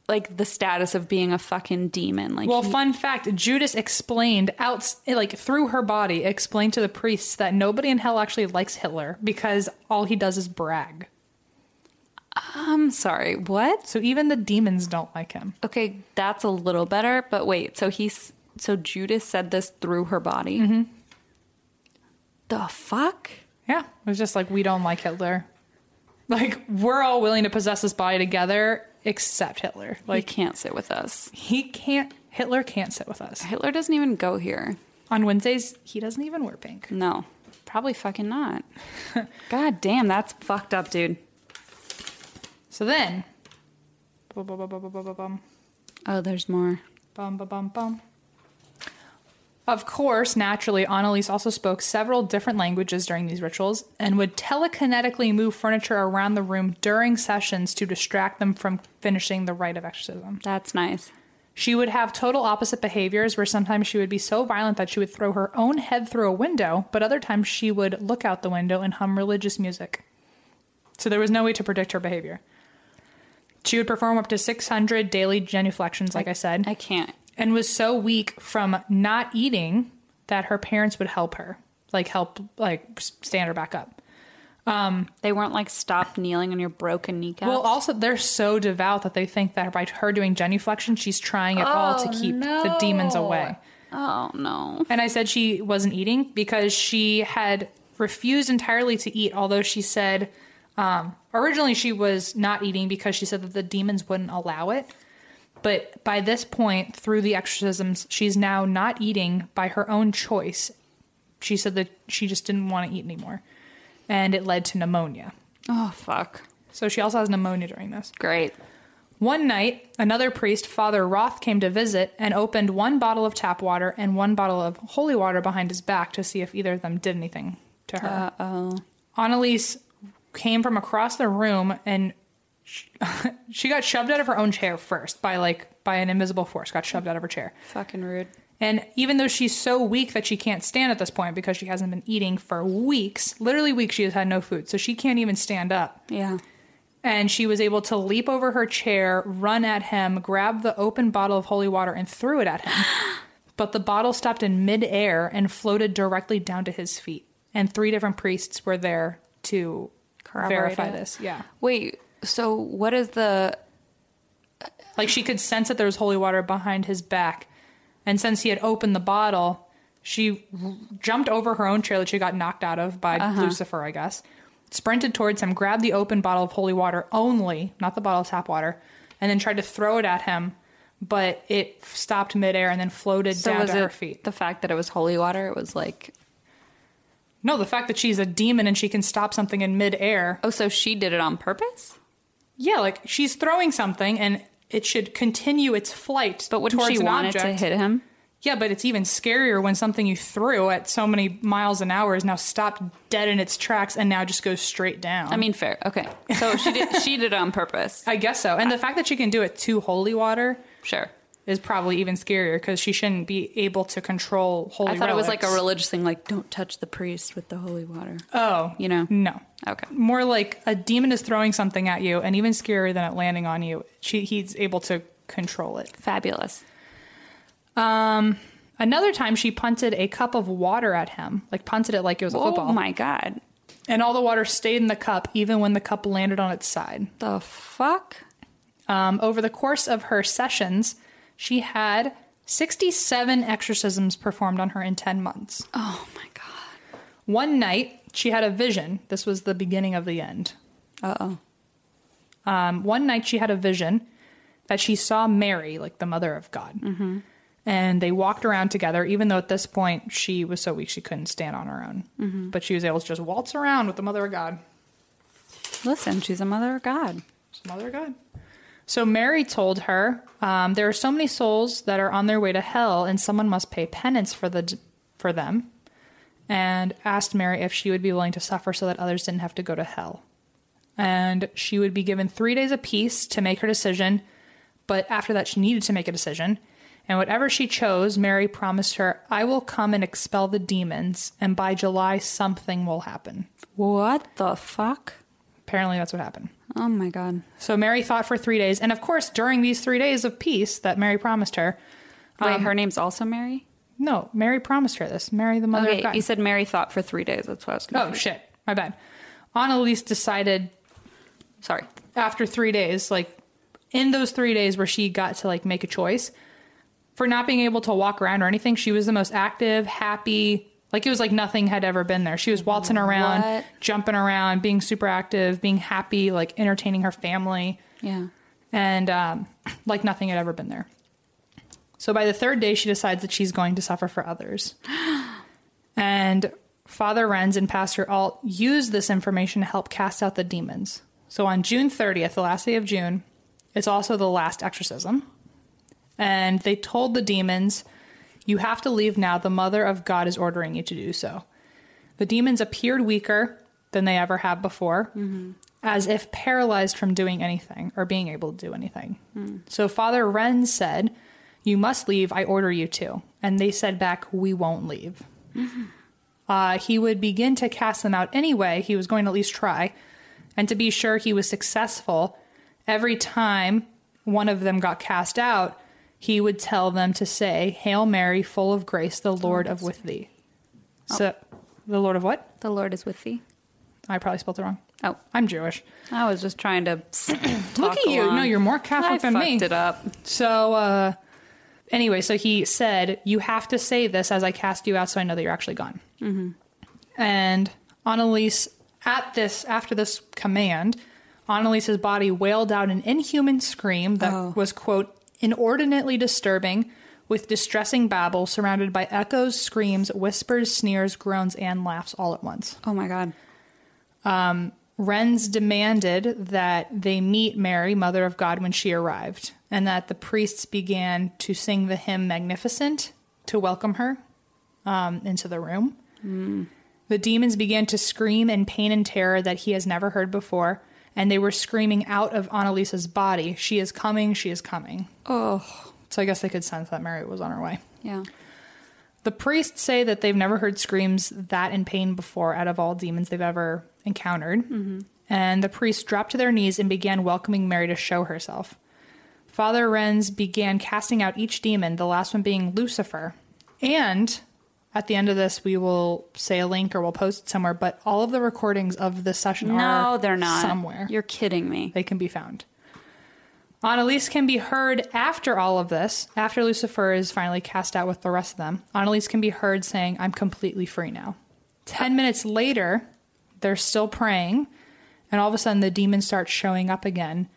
like the status of being a fucking demon. Like Well, he- fun fact: Judas explained out, like through her body, explained to the priests that nobody in hell actually likes Hitler because all he does is brag. I'm sorry. What? So even the demons don't like him. Okay, that's a little better, but wait. So he's so Judas said this through her body. Mm-hmm. The fuck? Yeah, it was just like we don't like Hitler. Like we're all willing to possess this body together, except Hitler. Like, Like can't sit with us. he can't. Hitler can't sit with us Hitler doesn't even go here. on Wednesdays. He doesn't even wear pink. No, probably fucking not. God damn, that's fucked up, dude. So then, bum bum bum bum bum bum bum Oh, there's more. bum bum bum bum. Of course, naturally, Annalise also spoke several different languages during these rituals and would telekinetically move furniture around the room during sessions to distract them from finishing the rite of exorcism. That's nice. She would have total opposite behaviors where sometimes she would be so violent that she would throw her own head through a window, but other times she would look out the window and hum religious music. So there was no way to predict her behavior. She would perform up to 600 daily genuflections, like I said, I can't. and was so weak from not eating that her parents would help her, like help, like s- stand her back up. They weren't like stop kneeling on your broken kneecaps. Well, also they're so devout that they think that by her doing genuflection, she's trying at all to keep the demons away. oh no. And I said she wasn't eating because she had refused entirely to eat, although she said um, originally she was not eating because she said that the demons wouldn't allow it. But by this point, through the exorcisms, she's now not eating by her own choice. She said that she just didn't want to eat anymore. And it led to pneumonia. Oh fuck. So she also has pneumonia during this. Great. One night, another priest, Father Roth, came to visit and opened one bottle of tap water and one bottle of holy water behind his back to see if either of them did anything to her. Uh oh. Annalise came from across the room and she, she got shoved out of her own chair first by like by an invisible force got shoved out of her chair Fucking rude. and even though she's so weak that she can't stand at this point because she hasn't been eating for weeks literally weeks she has had no food so she can't even stand up Yeah. and she was able to leap over her chair, run at him, grab the open bottle of holy water, and threw it at him. but the bottle stopped in midair and floated directly down to his feet. And three different priests were there to Corroborate verify it. this. Yeah. Wait. So what is the? Like she could sense that there was holy water behind his back. And since he had opened the bottle, she r- jumped over her own chair that she got knocked out of by Uh-huh. Lucifer, I guess, sprinted towards him, grabbed the open bottle of holy water only, not the bottle of tap water, and then tried to throw it at him, but it stopped midair and then floated So down was to it her feet. the fact that it was holy water? It was like No, the fact that she's a demon and she can stop something in midair. oh, so she did it on purpose. Yeah, like she's throwing something and it should continue its flight But wouldn't towards she an want object. it to hit him? Yeah, but it's even scarier when something you threw at so many miles an hour is now stopped dead in its tracks and now just goes straight down. I mean, fair. Okay. So she did. she did it on purpose. Um, I guess so. And the fact that she can do it to holy water Sure. is probably even scarier because she shouldn't be able to control holy. I thought it was like a relics. religious thing, like don't touch the priest with the holy water. Oh, you know. no. Okay. More like a demon is throwing something at you, and even scarier than it landing on you. She he's able to control it. Fabulous. Um, another time she punted a cup of water at him, like punted it like it was a football. Oh my god. and all the water stayed in the cup even when the cup landed on its side. The fuck? Um, over the course of her sessions, she had 67 exorcisms performed on her in 10 months. Oh my god. One night, she had a vision. This was the beginning of the end. Uh oh. Um, one night she had a vision that she saw Mary, like the mother of God. And they walked around together, even though at this point she was so weak she couldn't stand on her own. But she was able to just waltz around with the mother of God. Listen, she's a mother of God. Just mother of God. So Mary told her, um, "There are so many souls that are on their way to hell, and someone must pay penance for the for them." And asked Mary if she would be willing to suffer so that others didn't have to go to hell. And she would be given three days apiece to make her decision, but after that she needed to make a decision. And whatever she chose, Mary promised her, "I will come and expel the demons, and by July something will happen." What the fuck? Apparently, that's what happened. Oh my God. So Mary thought for three days, and of course, during these three days of peace that Mary promised her, Wait, her name's also Mary? no, Mary promised her this. Mary, the mother of Okay, God. you said Mary thought for three days. That's what I was going to oh shit, my bad. Annalise decided Sorry. after three days, like in those three days where she got to like make a choice for not being able to walk around or anything, she was the most active, happy. Like it was like nothing had ever been there. She was waltzing around, What? jumping around, being super active, being happy, like entertaining her family. Yeah. and um, like nothing had ever been there. So by the third day, she decides that she's going to suffer for others. and Father Renz and Pastor Alt use this information to help cast out the demons. So on June 30th, the last day of June, it's also the last exorcism. And they told the demons, You have to leave now. The Mother of God is ordering you to do so. The demons appeared weaker than they ever have before, as if paralyzed from doing anything or being able to do anything. So Father Wren said, You must leave. I order you to. And they said back, We won't leave. Uh, he would begin to cast them out anyway. He was going to at least try. And to be sure he was successful, every time one of them got cast out, he would tell them to say, Hail Mary, full of grace, the Lord of with thee. So, the Lord of what? The Lord is with thee. I probably spelled it wrong. Oh, I'm Jewish. I was just trying to. Look at you. No, you're more Catholic I than fucked me. it up. So, uh, anyway, so he said, You have to say this as I cast you out so I know that you're actually gone. And Annalise, at this, after this command, Annalise's body wailed out an inhuman scream that was, quote, inordinately disturbing with distressing babble surrounded by echoes, screams, whispers, sneers, groans, and laughs all at once. Oh my God. Renz demanded that they meet Mary, Mother of God, when she arrived, and that the priests began to sing the hymn Magnificent to welcome her um, into the room. The demons began to scream in pain and terror that he has never heard before, and they were screaming out of Annalisa's body, She is coming, she is coming. Oh, So I guess they could sense that Mary was on her way. yeah. The priests say that they've never heard screams that in pain before out of all demons they've ever encountered. Mm-hmm. And the priests dropped to their knees and began welcoming Mary to show herself. Father Renz began casting out each demon, the last one being Lucifer. And at the end of this, we will say a link or we'll post it somewhere, but all of the recordings of this session are No, they're not. somewhere You're kidding me. they can be found. Annalise can be heard after all of this, after Lucifer is finally cast out with the rest of them. Annalise can be heard saying, I'm completely free now. Ten minutes later, they're still praying, and all of a sudden the demons start showing up again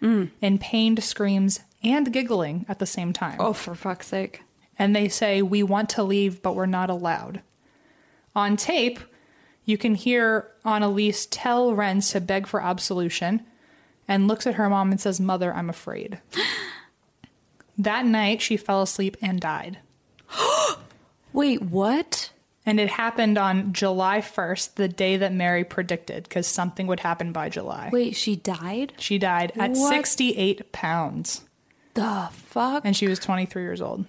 in pained screams and giggling at the same time. Oh, for fuck's sake. And they say, We want to leave, but we're not allowed. On tape, you can hear Annalise tell Renz to beg for absolution and looks at her mom and says, Mother, I'm afraid. that night, she fell asleep and died. Wait, what? And it happened on July 1st, the day that Mary predicted, because something would happen by July. Wait, she died? She died at What? 68 pounds, The fuck? and she was 23 years old.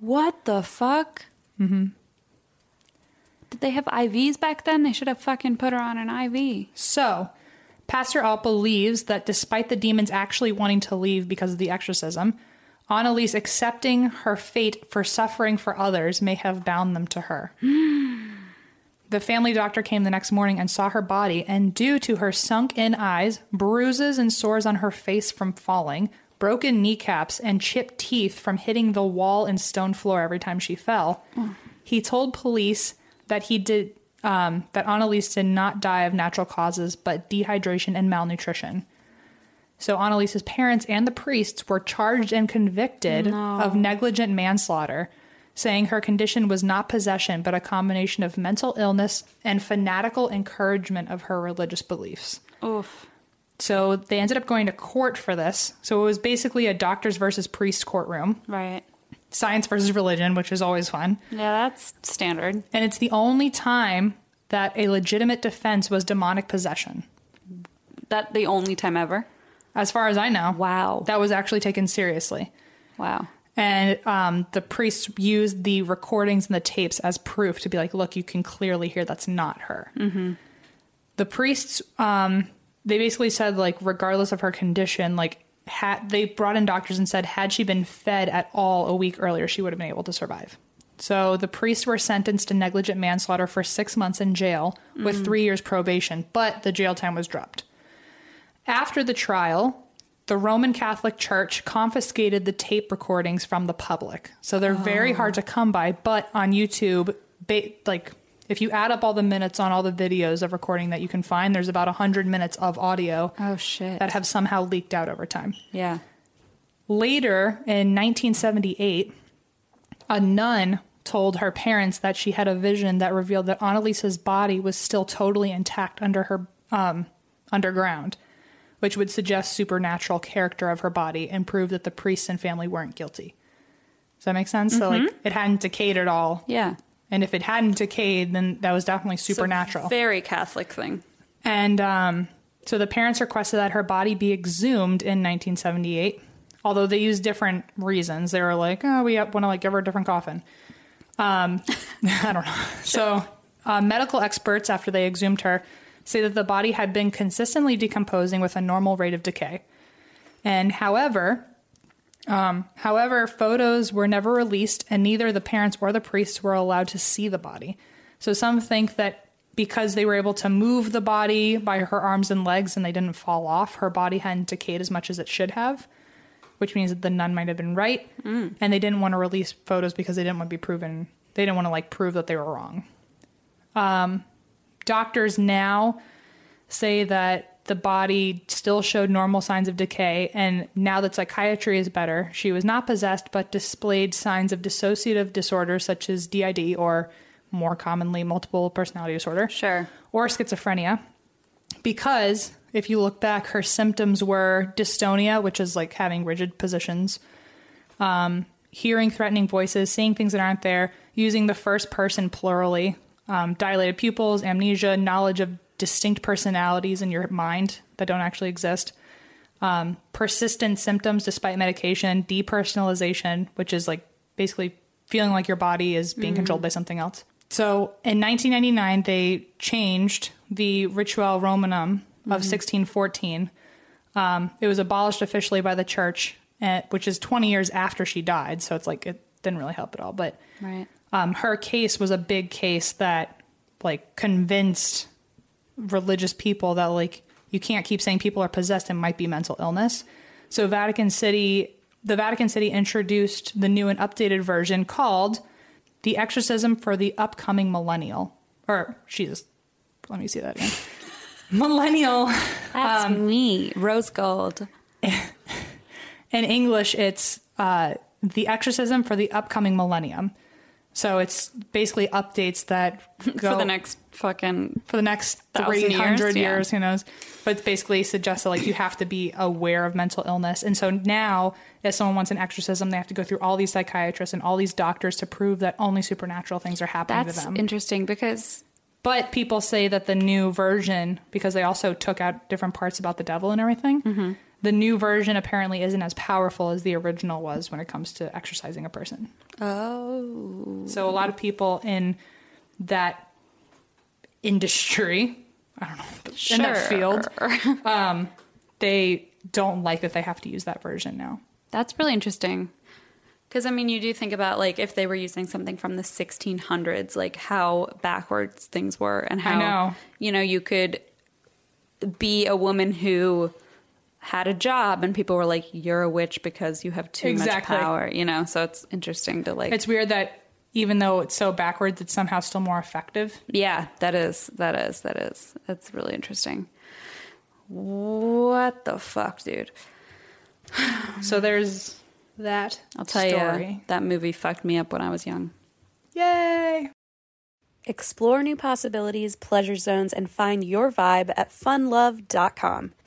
What the fuck? Mm-hmm. Did they have IVs back then? They should have fucking put her on an IV. So, Pastor Alt believes that despite the demons actually wanting to leave because of the exorcism, Annalise accepting her fate for suffering for others may have bound them to her. the family doctor came the next morning and saw her body, and due to her sunk in eyes, bruises and sores on her face from falling, broken kneecaps, and chipped teeth from hitting the wall and stone floor every time she fell, he told police that he did um, that Annalise did not die of natural causes, but dehydration and malnutrition. So Annalise's parents and the priests were charged and convicted of negligent manslaughter, saying her condition was not possession, but a combination of mental illness and fanatical encouragement of her religious beliefs. Oof. So they ended up going to court for this. So it was basically a doctors versus priest courtroom, Right. science versus religion, which is always fun. Yeah, that's standard. And it's the only time that a legitimate defense was demonic possession. That the only time ever. As far as I know, Wow. that was actually taken seriously. Wow. And um, the priests used the recordings and the tapes as proof to be like, look, you can clearly hear that's not her. Mm-hmm. The priests, um, they basically said, like, regardless of her condition, like, had they brought in doctors and said, had she been fed at all a week earlier, she would have been able to survive. So the priests were sentenced to negligent manslaughter for six months in jail with three years probation, but the jail time was dropped. After the trial, the Roman Catholic Church confiscated the tape recordings from the public. So they're Oh. very hard to come by, but on YouTube, ba- like if you add up all the minutes on all the videos of recording that you can find, there's about 100 minutes of audio Oh shit. that have somehow leaked out over time. yeah. Later in 1978, a nun told her parents that she had a vision that revealed that Annalisa's body was still totally intact under her um, underground, which would suggest supernatural character of her body and prove that the priests and family weren't guilty. Does that make sense? So like it hadn't decayed at all. Yeah. And if it hadn't decayed, then that was definitely supernatural. Very Catholic thing. And um, so the parents requested that her body be exhumed in 1978, although they used different reasons. They were like, oh, we want to like give her a different coffin. Um, I don't know. So uh, medical experts, after they exhumed her, say that the body had been consistently decomposing with a normal rate of decay. And however, um, however, photos were never released, and neither the parents or the priests were allowed to see the body. So some think that because they were able to move the body by her arms and legs and they didn't fall off, her body hadn't decayed as much as it should have, which means that the nun might have been right. And they didn't want to release photos because they didn't want to be proven, they didn't want to like prove that they were wrong Um, doctors now say that the body still showed normal signs of decay and now that psychiatry is better she was not possessed but displayed signs of dissociative disorders such as did or more commonly multiple personality disorder Sure. or schizophrenia because if you look back her symptoms were dystonia which is like having rigid positions um, hearing threatening voices, seeing things that aren't there, using the first person plurally, um, dilated pupils, amnesia, knowledge of distinct personalities in your mind that don't actually exist, um, persistent symptoms despite medication, depersonalization, which is like basically feeling like your body is being controlled by something else. So in 1999, they changed the Ritual Romanum of 1614 um, it was abolished officially by the church, eh, which is 20 years after she died. So it's like it didn't really help at all. But Right. um, her case was a big case that like convinced religious people that like you can't keep saying people are possessed and might be mental illness. So Vatican City, the Vatican City introduced the new and updated version called "The Exorcism for the Upcoming Millennial." Or Jesus, let me see that again. Millennial That's me, rose gold. In English, it's uh, The Exorcism for the Upcoming Millennium. So it's basically updates that go for the next fucking for the next Thousand years, 300 years, yeah. who knows. But it's basically suggests that like you have to be aware of mental illness. And so now if someone wants an exorcism, they have to go through all these psychiatrists and all these doctors to prove that only supernatural things are happening to That's them. interesting because But people say that the new version, because they also took out different parts about the devil and everything, the new version apparently isn't as powerful as the original was when it comes to exercising a person. oh So a lot of people in that industry, I don't know, in that field, um, they don't like that they have to use that version now. That's really interesting. Because I mean, you do think about like if they were using something from the 1600s, like how backwards things were, and how know. you know you could be a woman who had a job, and people were like, "You're a witch because you have too Exactly. much power," you know. So it's interesting to like It's weird that even though it's so backwards, it's somehow still more effective. Yeah, that is, that is, that is. That's really interesting. What the fuck, dude? So there's that. Mm-hmm. I'll tell story. you, that movie fucked me up when I was young. Yay! Explore new possibilities, pleasure zones, and find your vibe at funlove.com.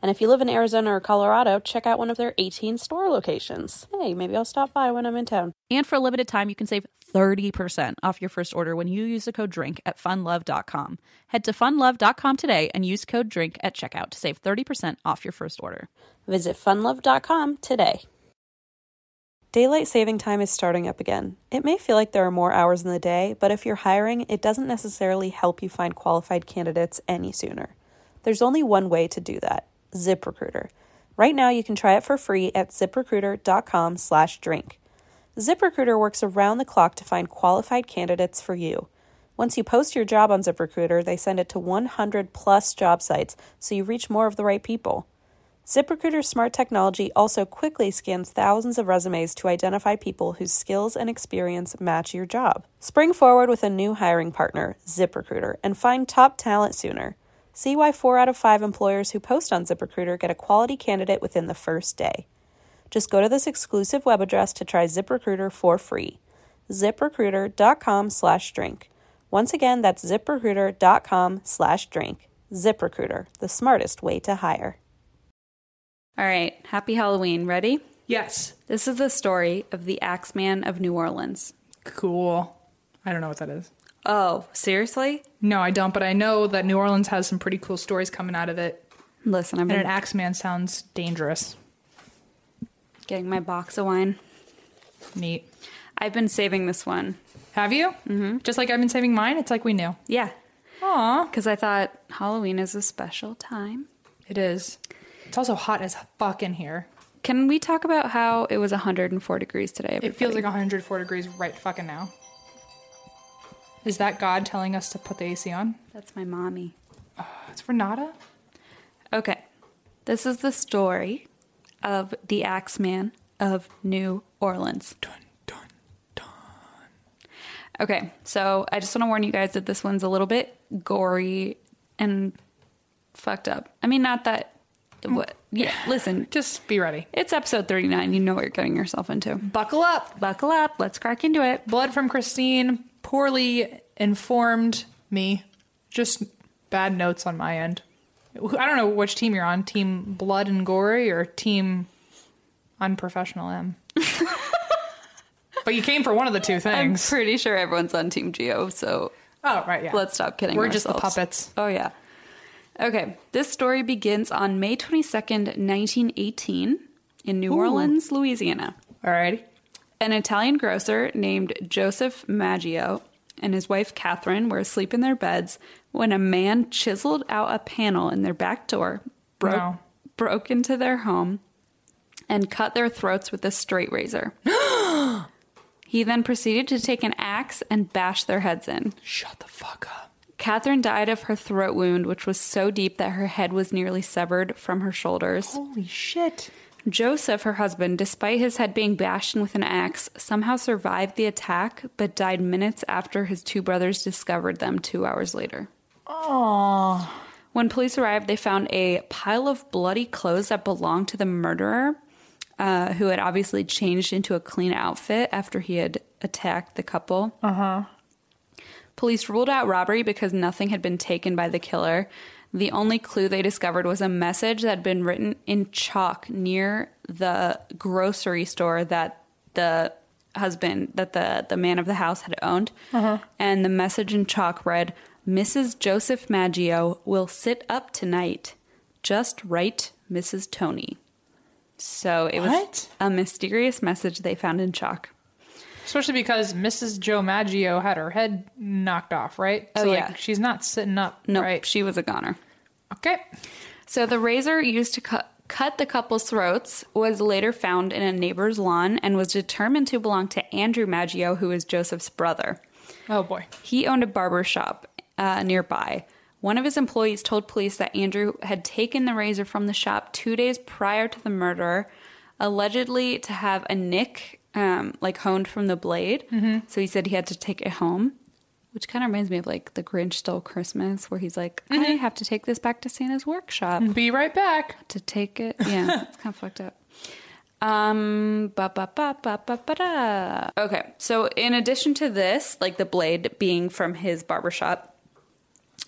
And if you live in Arizona or Colorado, check out one of their 18 store locations. Hey, maybe I'll stop by when I'm in town. And for a limited time, you can save 30% off your first order when you use the code DRINK at funlove.com. Head to funlove.com today and use code DRINK at checkout to save 30% off your first order. Visit funlove.com today. Daylight saving time is starting up again. It may feel like there are more hours in the day, but if you're hiring, it doesn't necessarily help you find qualified candidates any sooner. There's only one way to do that ZipRecruiter. Right now, you can try it for free at ziprecruiter.com slash drink. ZipRecruiter works around the clock to find qualified candidates for you. Once you post your job on ZipRecruiter, they send it to 100 plus job sites so you reach more of the right people. ZipRecruiter's smart technology also quickly scans thousands of resumes to identify people whose skills and experience match your job. Spring forward with a new hiring partner, ZipRecruiter, and find top talent sooner. See why 4 out of 5 employers who post on ZipRecruiter get a quality candidate within the first day. Just go to this exclusive web address to try ZipRecruiter for free. ZipRecruiter.com slash drink. Once again, that's ziprecruiter.com slash drink. ZipRecruiter, the smartest way to hire. All right, happy Halloween. Ready? Yes. This is the story of the Axeman of New Orleans. Cool. I don't know what that is. Oh, seriously? No, I don't, but I know that New Orleans has some pretty cool stories coming out of it. Listen, I've And been an axe man sounds dangerous. getting my box of wine. Neat. I've been saving this one. Have you? Mm-hmm. Just like I've been saving mine, it's like we knew. Yeah, Aw. because I thought Halloween is a special time. It is. It's also hot as fuck in here. Can we talk about how it was 104 degrees today? It feels like 104 degrees right fucking now. Is that God telling us to put the AC on? That's my mommy. It's Renata? Okay. This is the story of the Axeman of New Orleans. Okay, so I just want to warn you guys that this one's a little bit gory and fucked up. I mean, not that. What? Yeah, listen, Just be ready. it's episode 39. You know what you're getting yourself into. Buckle up. Buckle up. Let's crack into it. Blood from Christine, poorly informed me. Just bad notes on my end. I don't know which team you're on team blood and gory or team unprofessional M. but you came for one of the two I'm things. pretty sure everyone's on Team Geo, so oh, right, yeah. Let's stop kidding. We're just the ourselves. puppets. Oh yeah. Okay. This story begins on May twenty second, nineteen eighteen, in New Orleans, Louisiana. Alrighty. An Italian grocer named Joseph Maggio and his wife Catherine were asleep in their beds when a man chiseled out a panel in their back door, broke Wow. broke into their home, and cut their throats with a straight razor. he then proceeded to take an axe and bash their heads in. Shut the fuck up. Catherine died of her throat wound, which was so deep that her head was nearly severed from her shoulders. Holy shit. Joseph, her husband, despite his head being bashed in with an axe, somehow survived the attack but died minutes after his two brothers discovered them two hours later. Aww. When police arrived, they found a pile of bloody clothes that belonged to the murderer, uh, who had obviously changed into a clean outfit after he had attacked the couple. Uh huh. Police ruled out robbery because nothing had been taken by the killer. The only clue they discovered was a message that had been written in chalk near the grocery store that the husband, that the, the man of the house had owned. Uh-huh. And the message in chalk read, Mrs. Joseph Maggio will sit up tonight. Just write Mrs. Tony. So it was What? a mysterious message they found in chalk. Especially because Mrs. Joe Maggio had her head knocked off, right? Oh, so yeah. like she's not sitting up, Nope, right? she was a goner. Okay. So the razor used to cu- cut the couple's throats was later found in a neighbor's lawn and was determined to belong to Andrew Maggio, who is Joseph's brother. Oh boy. He owned a barber shop uh, nearby. One of his employees told police that Andrew had taken the razor from the shop two days prior to the murder, allegedly to have a nick, um, like honed from the blade. So he said he had to take it home, which kind of reminds me of like the Grinch stole Christmas, where he's like, I have to take this back to Santa's workshop Be right back. to take it. Yeah, it's kind of fucked up. Um, ba ba ba ba ba ba da. Okay, so in addition to this, like the blade being from his barbershop,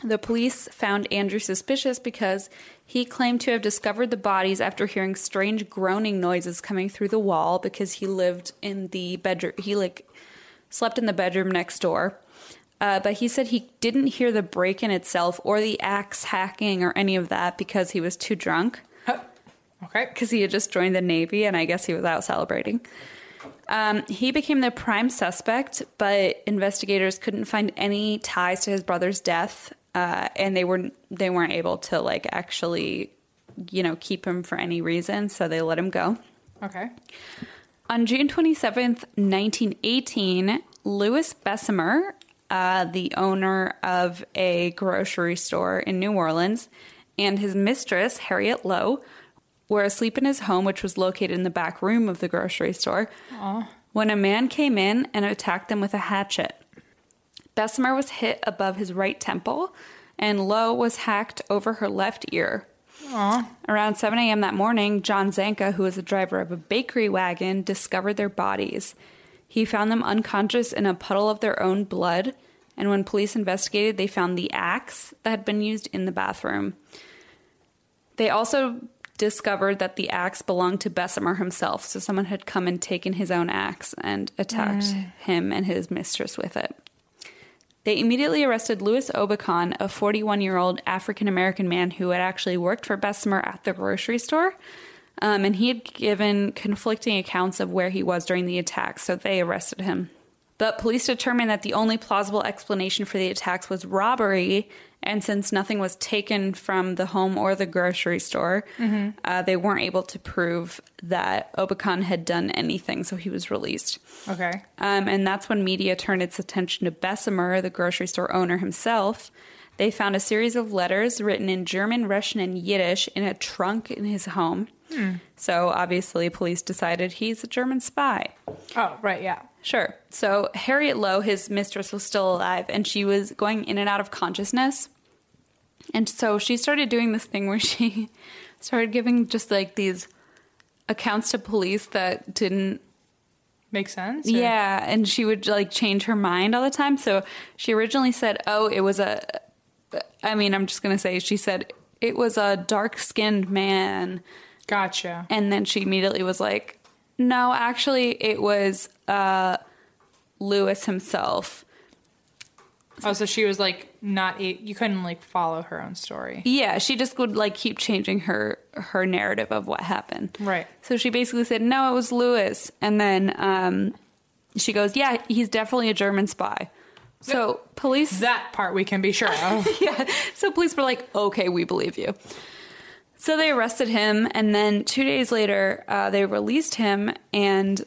the police found Andrew suspicious because he claimed to have discovered the bodies after hearing strange groaning noises coming through the wall because he lived in the bedroom. He like slept in the bedroom next door. Uh, but he said he didn't hear the break in itself or the axe hacking or any of that because he was too drunk Huh. Okay. because he had just joined the Navy and I guess he was out celebrating. Um, he became the prime suspect, but investigators couldn't find any ties to his brother's death, uh, and they were they weren't able to like actually, you know, keep him for any reason. So they let him go. Okay. On June 27th, 1918, Louis Bessemer, uh, the owner of a grocery store in New Orleans, and his mistress, Harriet Lowe, were asleep in his home, which was located in the back room of the grocery store, when a man came in and attacked them with a hatchet. Bessemer was hit above his right temple, and Lowe was hacked over her left ear. Around 7 a.m. that morning, John Zanka, who was the driver of a bakery wagon, discovered their bodies. He found them unconscious in a puddle of their own blood, and when police investigated, they found the axe that had been used in the bathroom. They also discovered that the axe belonged to Bessemer himself, so someone had come and taken his own axe and attacked him and his mistress with it. They immediately arrested Louis Obicon, a 41 year old African American man who had actually worked for Bessemer at the grocery store. Um, and he had given conflicting accounts of where he was during the attacks, so they arrested him. But police determined that the only plausible explanation for the attacks was robbery. And since nothing was taken from the home or the grocery store, uh, they weren't able to prove that Obicon had done anything, so he was released. Okay. Um, and that's when media turned its attention to Bessemer, the grocery store owner himself. They found a series of letters written in German, Russian, and Yiddish in a trunk in his home. So obviously, police decided he's a German spy. Oh, right, yeah. Sure. So Harriet Lowe, his mistress, was still alive and she was going in and out of consciousness. And so she started doing this thing where she started giving just like these accounts to police that didn't Makes sense. or- yeah, and she would like change her mind all the time. So she originally said, "Oh, it was a." I mean, I'm just gonna say she said it was a dark-skinned man, Gotcha. and then she immediately was like, "No, actually, it was uh, Lewis himself." Oh, so she was like not a- you couldn't like follow her own story. Yeah, she just would like keep changing her her narrative of what happened. Right. So she basically said, "No, it was Lewis," and then um, she goes, "Yeah, he's definitely a German spy." So police That part we can be sure of. yeah. So police were like, okay, we believe you. So they arrested him, and then two days later, uh, they released him. And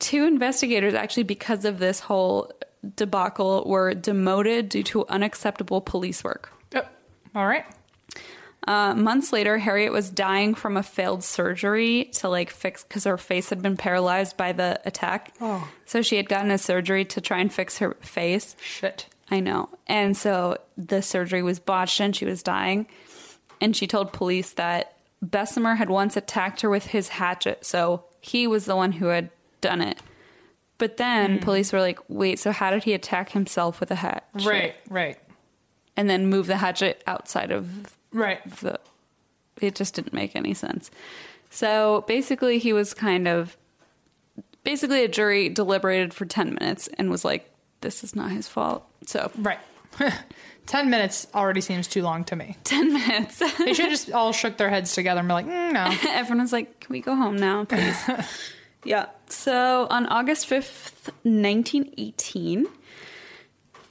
two investigators, actually, because of this whole debacle, were demoted due to unacceptable police work. Yep. Oh, All right. Uh, months later, Harriet was dying from a failed surgery to like fix because her face had been paralyzed by the attack. Oh. So she had gotten a surgery to try and fix her face. Shit. I know. And so the surgery was botched and she was dying. And she told police that Bessemer had once attacked her with his hatchet. So he was the one who had done it. But then police were like, wait, so how did he attack himself with a hatchet? Right, right. And then move the hatchet outside of Right. the it just didn't make any sense. So basically he was kind of basically a jury deliberated for 10 minutes and was like this is not his fault. So Right. 10 minutes already seems too long to me. 10 minutes. They should have just all shook their heads together and be like, mm, no. Everyone was like, "Can we go home now, please?" yeah. So on August fifth, nineteen eighteen,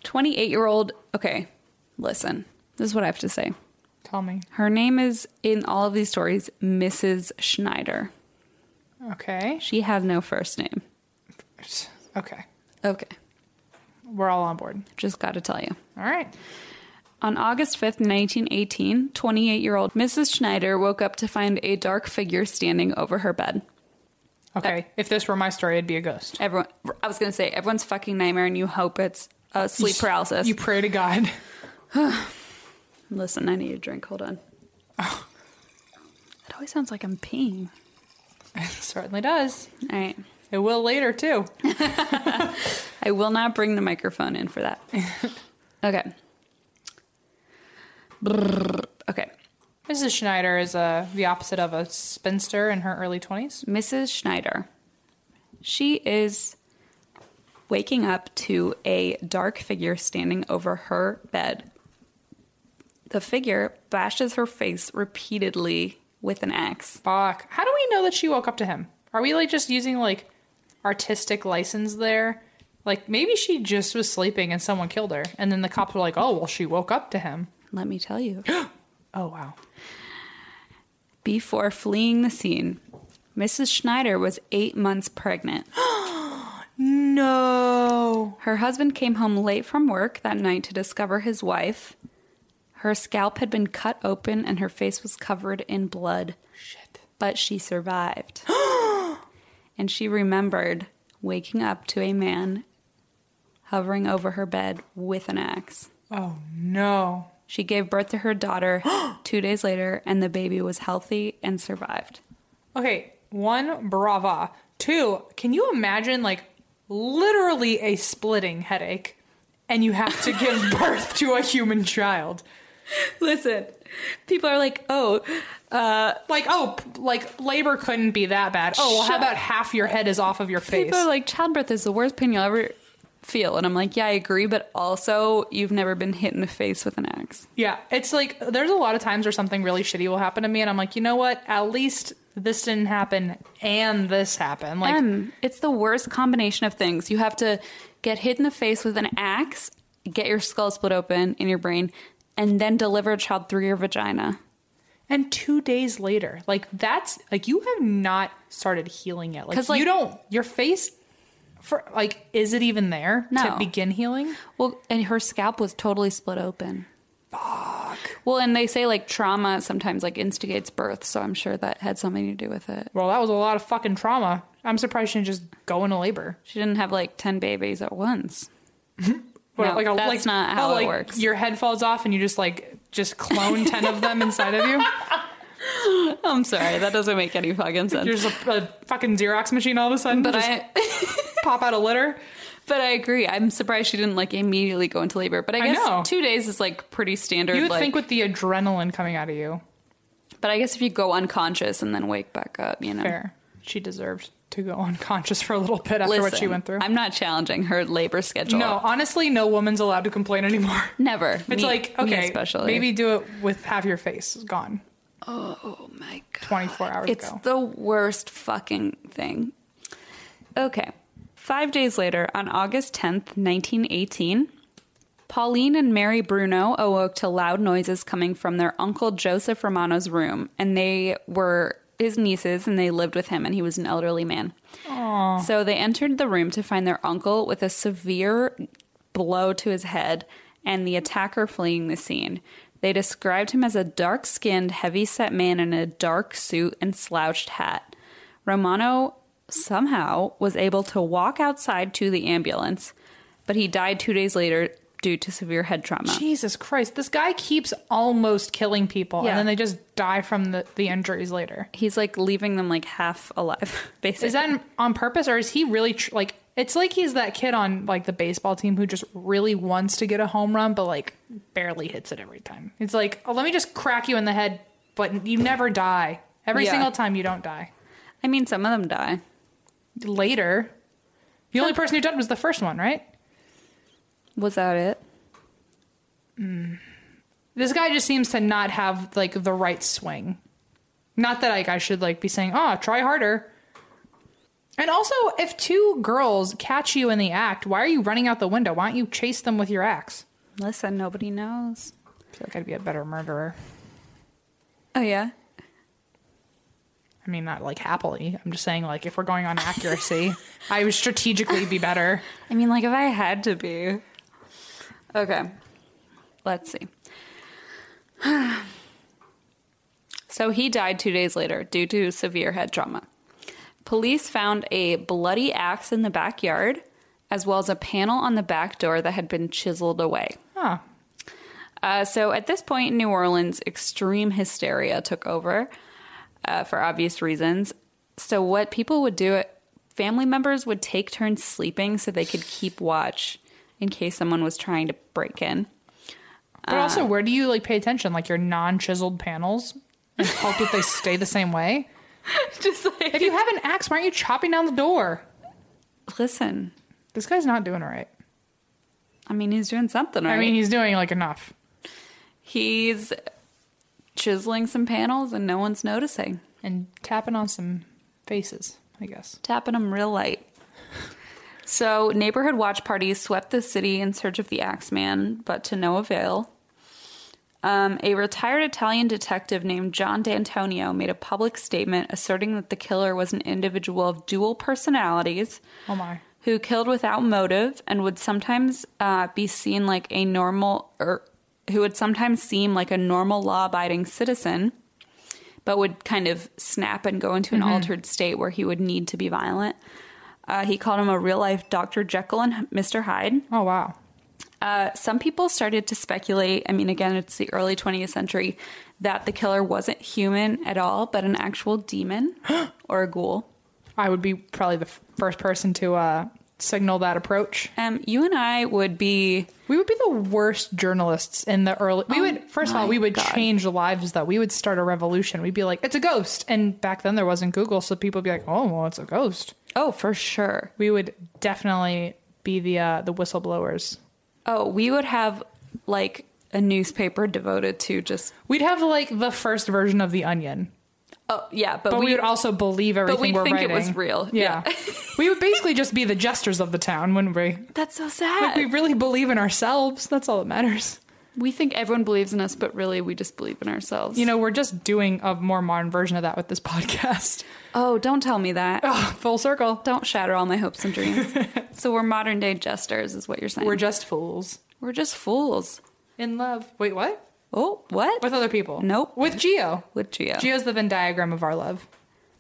28 year old. Okay, listen. This is what I have to say. Tell me. Her name is in all of these stories Mrs. Schneider. Okay. She had no first name. Okay. Okay, We're all on board. just got to tell you. All right. On August 5th, 1918, 28 year old Mrs. Schneider woke up to find a dark figure standing over her bed. Okay. if this were my story, it'd be a ghost. Everyone, I was gonna say everyone's fucking nightmare, and you hope it's uh, sleep paralysis. You pray to God. Listen, I need a drink. Hold on. It always sounds like I'm peeing. It certainly does. All right. It will later, too. I will not bring the microphone in for that. okay. Brrr. Okay. Mrs. Schneider is uh, the opposite of a spinster in her early 20s. Mrs. Schneider. She is waking up to a dark figure standing over her bed. The figure bashes her face repeatedly with an axe. Fuck. How do we know that she woke up to him? Are we like just using like artistic license there? Like maybe she just was sleeping and someone killed her, and then the cops were like, "Oh, well, she woke up to him." Let me tell you. Oh wow. Before fleeing the scene, Mrs. Schneider was eight months pregnant. No. Her husband came home late from work that night to discover his wife. Her scalp had been cut open and her face was covered in blood, Shit. but she survived. and she remembered waking up to a man hovering over her bed with an axe. Oh no. She gave birth to her daughter two days later, and the baby was healthy and survived. Okay, one brava. Two, can you imagine like literally a splitting headache and you have to give birth to a human child? Listen, people are like, oh, uh, Like, oh, p- like labor couldn't be that bad. Oh, well, how about half your head is off of your face? people are like, childbirth is the worst pain you'll ever feel. And I'm like, yeah, I agree, but also, you've never been hit in the face with an axe. Yeah, it's like there's a lot of times where something really shitty will happen to me, and I'm like, you know what? At least this didn't happen and this happened. Like, Um, it's the worst combination of things. You have to get hit in the face with an axe, get your skull split open in your brain, and then deliver a child through your vagina. and two days later, like that's like you have not started healing yet. Like, 'Cause, like- you don't your face for like is it even there to No. begin healing? Well, and her scalp was totally split open. Fuck. Well, and they say like trauma sometimes like instigates birth, so I'm sure that had something to do with it. Well, that was a lot of fucking trauma. I'm surprised she didn't just go into labor. She didn't have like 10 babies at once. But No, that's not how it works. Your head falls off and you just like just clone ten of them inside of you. I'm sorry, that doesn't make any fucking sense. You're just a, a fucking Xerox machine all of a sudden. but just I pop out a litter. but I agree. I'm surprised she didn't like immediately go into labor. But I I guess know. 2 days is like pretty standard You would like think with the adrenaline coming out of you, But I guess if you go unconscious and then wake back up, you know. fair. She deserved to go unconscious for a little bit after Listen, what she went through. I'm not challenging her labor schedule. no, honestly, no woman's allowed to complain anymore. never. It's Me- like, me okay, especially. maybe do it with half your face gone Oh my god. 24 hours It's ago. the worst fucking thing. Okay. Five days later, on August 10th, 1918, Pauline and Mary Bruno awoke to loud noises coming from their uncle Joseph Romano's room, and they were his nieces and they lived with him, and he was an elderly man. So they entered the room to find their uncle with a severe blow to his head and the attacker fleeing the scene. They described him as a dark skinned, heavy set man in a dark suit and slouched hat. Romano somehow was able to walk outside to the ambulance, but he died two days later due to severe head trauma. Jesus Christ, this guy keeps almost killing people Yeah. and then they just die from the, the injuries later. He's like leaving them like half alive, basically. Is that on purpose or is he really tr- like It's like he's that kid on like the baseball team who just really wants to get a home run, but like barely hits it every time. It's like, oh, let me just crack you in the head, but you never die. Every Yeah. single time you don't die. I mean, some of them die. Later, the only person who died was the first one, right? Was that it? This guy just seems to not have like the right swing. Not that like I should like be saying, "Ah, try harder." And also, if two girls catch you in the act, why are you running out the window? Why don't you chase them with your axe? Listen, nobody knows. I feel like I'd be a better murderer. Oh yeah. I mean, not like happily. I'm just saying, like, if we're going on accuracy, I would strategically be better. I mean, like if I had to be. Okay. Let's see. so he died two days later due to severe head trauma. Police found a bloody axe in the backyard, as well as a panel on the back door that had been chiseled away. Huh. Uh, so at this point in New Orleans, extreme hysteria took over uh, for obvious reasons. So what people would do, family members would take turns sleeping so they could keep watch in case someone was trying to break in. But also, where do you like pay attention? Like your non-chiseled panels, and hope that they stay the same way. Just like, If you have an axe, why aren't you chopping down the door? listen, This guy's not doing it right. I mean, he's doing something, right? I mean, he's doing like enough. he's chiseling some panels and no one's noticing. and tapping on some faces, I guess. tapping them real light. So, neighborhood watch parties swept the city in search of the Axeman, but to no avail. Um, a retired Italian detective named John D'Antonio made a public statement asserting that the killer was an individual of dual personalities Oh my. who killed without motive and would sometimes uh, be seen like a normal or who would sometimes seem like a normal law-abiding citizen but would kind of snap and go into an altered state where he would need to be violent uh, he called him a real-life dr jekyll and mr hyde Oh wow. uh, some people started to speculate i mean again it's the early 20th century that the killer wasn't human at all but an actual demon or a ghoul I would be probably the f- first person to uh, signal that approach. um, you and i would be We would be the worst journalists in the early. We would first of all, we would change lives though. We would start a revolution. We'd be like, it's a ghost, and back then there wasn't Google, so people would be like, oh well, it's a ghost. oh for sure We would definitely be the uh, the whistleblowers. Oh, we would have like a newspaper devoted to just We'd have like the first version of the Onion. oh yeah, but, But we, we, would also believe everything we'd we're think it writing. was real. Yeah, we would basically just be the jesters of the town, wouldn't we? that's so sad. Like we really believe in ourselves. That's all that matters. we think everyone believes in us, but really we just believe in ourselves. You know, we're just doing a more modern version of that with this podcast. oh, don't tell me that. Full circle. Don't shatter all my hopes and dreams. so we're modern day jesters, is what you're saying. We're just fools we're just fools. in love. Wait, what? Oh, what With other people? Nope. With Geo. with Geo? Geo's the Venn diagram of our love.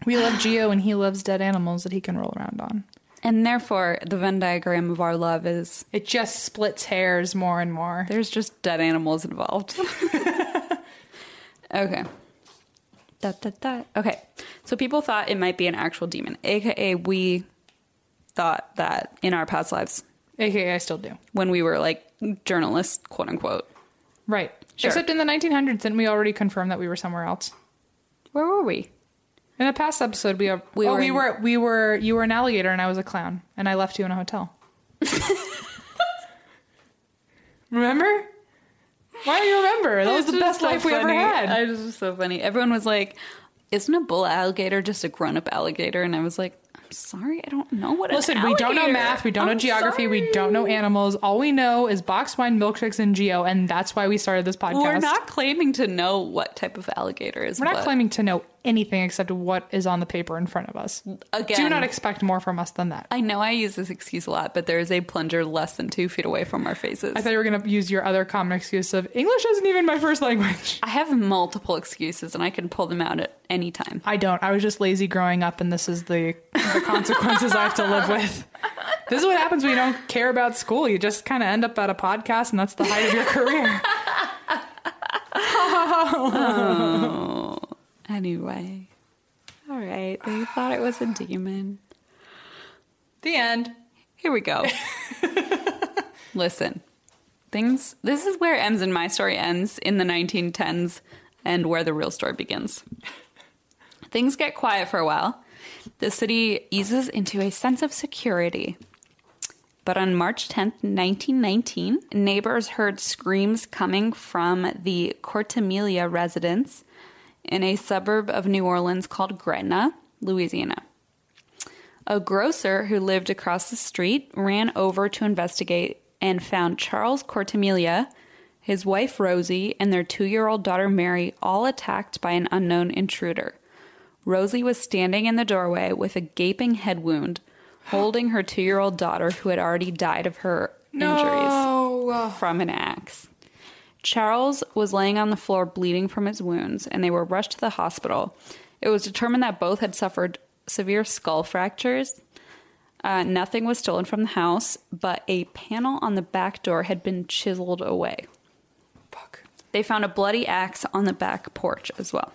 We love Geo, and he loves dead animals that he can roll around on. and therefore, the Venn diagram of our love is It just splits hairs more and more. there's just dead animals involved. okay. Dot, dot, dot. Okay. So people thought it might be an actual demon, aka we thought that in our past lives AKA, I still do. when we were like journalists, quote unquote. Right. Sure. Except in the 1900s, didn't we already confirm that we were somewhere else? Where were we? In a past episode, we are, We oh, were we in- were we were you were an alligator and I was a clown and I left you in a hotel. remember? Why do you remember? That was the best life we ever had. It was just so funny. Everyone was like, "Isn't a bull alligator just a grown-up alligator?" And I was like, "I'm sorry, I don't know what." an Listen, we don't know alligator- math, we don't know I'm geography, we sorry. don't know animals. All we know is box wine, milkshakes, and geo, and that's why we started this podcast. We're not claiming to know what type of alligator is. We're not what. claiming to know anything except what is on the paper in front of us. Again, Do not expect more from us than that. I know I use this excuse a lot, but there is a plunger less than two feet away from our faces. I thought you were going to use your other common excuse of English isn't even my first language. I have multiple excuses, and I can pull them out at any time. I don't. I was just lazy growing up, and this is the, the consequences I have to live with. This is what happens when you don't care about school. You just kind of end up at a podcast, and that's the height of your career. Anyway, all right, they thought it was a demon. The end. Here we go. Listen, things. This is where M's and my story ends in the 1910s, and where the real story begins. Things get quiet for a while. The city eases into a sense of security. But on March 10th, 1919, neighbors heard screams coming from the Cortamelia residence in a suburb of New Orleans called Gretna, Louisiana. A grocer who lived across the street ran over to investigate and found Charles Cortamelia, his wife Rosie, and their two year old daughter Mary all attacked by an unknown intruder. Rosie was standing in the doorway with a gaping head wound, holding her two year old daughter, who had already died of her No. injuries from an axe. Charles was laying on the floor bleeding from his wounds, and they were rushed to the hospital. It was determined that both had suffered severe skull fractures. Uh, nothing was stolen from the house, but a panel on the back door had been chiseled away. Fuck. They found a bloody axe on the back porch as well.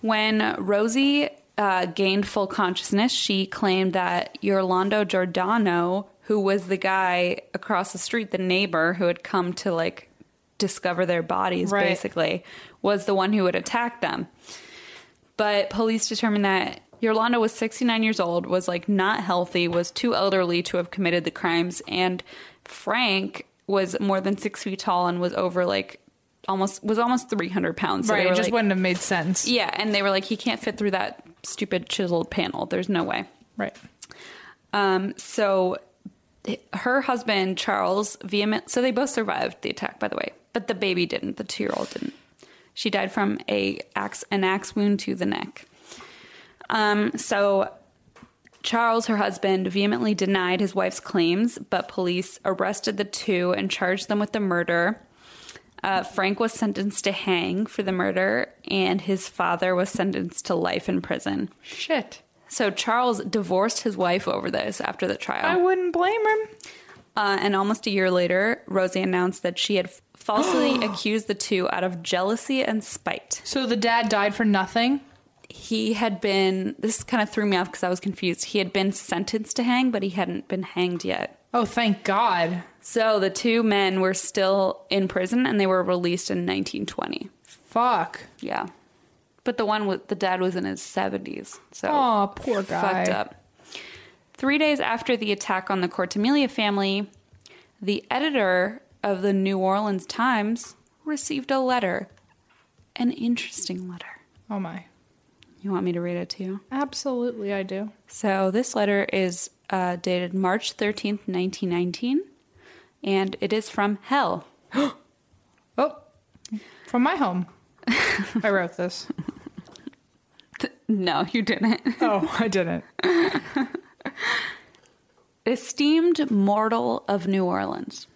When Rosie uh, gained full consciousness, she claimed that Yolando Giordano, who was the guy across the street, the neighbor who had come to like discover their bodies, Right. basically, was the one who had attacked them. But police determined that Yolanda was 69 years old, was like not healthy, was too elderly to have committed the crimes, and Frank was more than six feet tall and was over like almost was almost 300 pounds. So they Right. It were just like- wouldn't have made sense. yeah, and they were like, he can't fit through that stupid chiseled panel. There's no way. Right. Um, so h- her husband Charles vehement. So they both survived the attack, by the way, but the baby didn't. The two year old didn't. She died from a axe an axe wound to the neck. Um, so Charles, her husband, vehemently denied his wife's claims, but police arrested the two and charged them with the murder. Uh, Frank was sentenced to hang for the murder, and his father was sentenced to life in prison. Shit. So Charles divorced his wife over this after the trial. I wouldn't blame him. Uh, and almost a year later, Rosie announced that she had falsely accused the two out of jealousy and spite. So the dad died for nothing. He had been, this kind of threw me off because I was confused. He had been sentenced to hang, but he hadn't been hanged yet. Oh, thank God. So the two men were still in prison and they were released in 1920. Fuck. Yeah. But the one with the dad was in his 70s. So Aw, poor guy. Fucked up. Three days after the attack on the Cortamelia family, the editor of the New Orleans Times received a letter. An interesting letter. Oh my. You want me to read it to you? Absolutely, I do. So this letter is uh, dated March 13th, 1919, and it is from hell. Oh, from my home. I wrote this. No, you didn't. Oh, I didn't. esteemed mortal of New Orleans.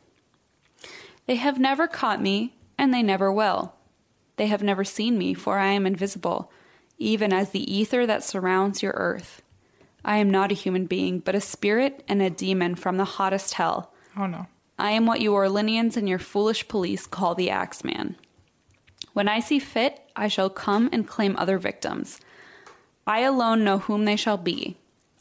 They have never caught me, and they never will. They have never seen me, for I am invisible, even as the ether that surrounds your earth. I am not a human being, but a spirit and a demon from the hottest hell. Oh no. I am what you Orleanians and your foolish police call the Axeman. When I see fit, I shall come and claim other victims. I alone know whom they shall be.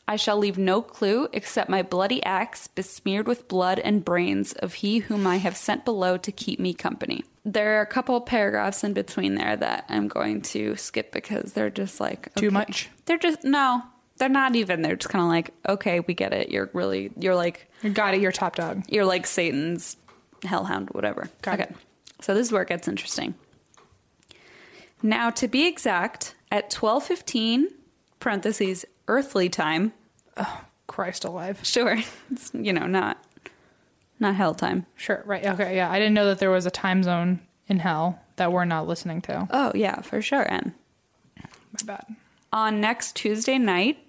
I shall leave no clue except my bloody axe besmeared with blood and brains of he whom I have sent below to keep me company. There are a couple paragraphs in between there that I'm going to skip because they're just like Too okay. much? They're just no, they're not even. They're just kind of like, okay, we get it. You're really, you're like You got it. You're top dog. you're like Satan's hellhound, whatever. Got it. So this is where it gets interesting. Now, to be exact, at twelve fifteen parentheses earthly time. Christ alive. Sure, it's, you know not not hell time. Sure. Right. Okay. Yeah. I didn't know that there was a time zone in hell that we're not listening to. Oh yeah, for sure. And My bad. on next Tuesday night,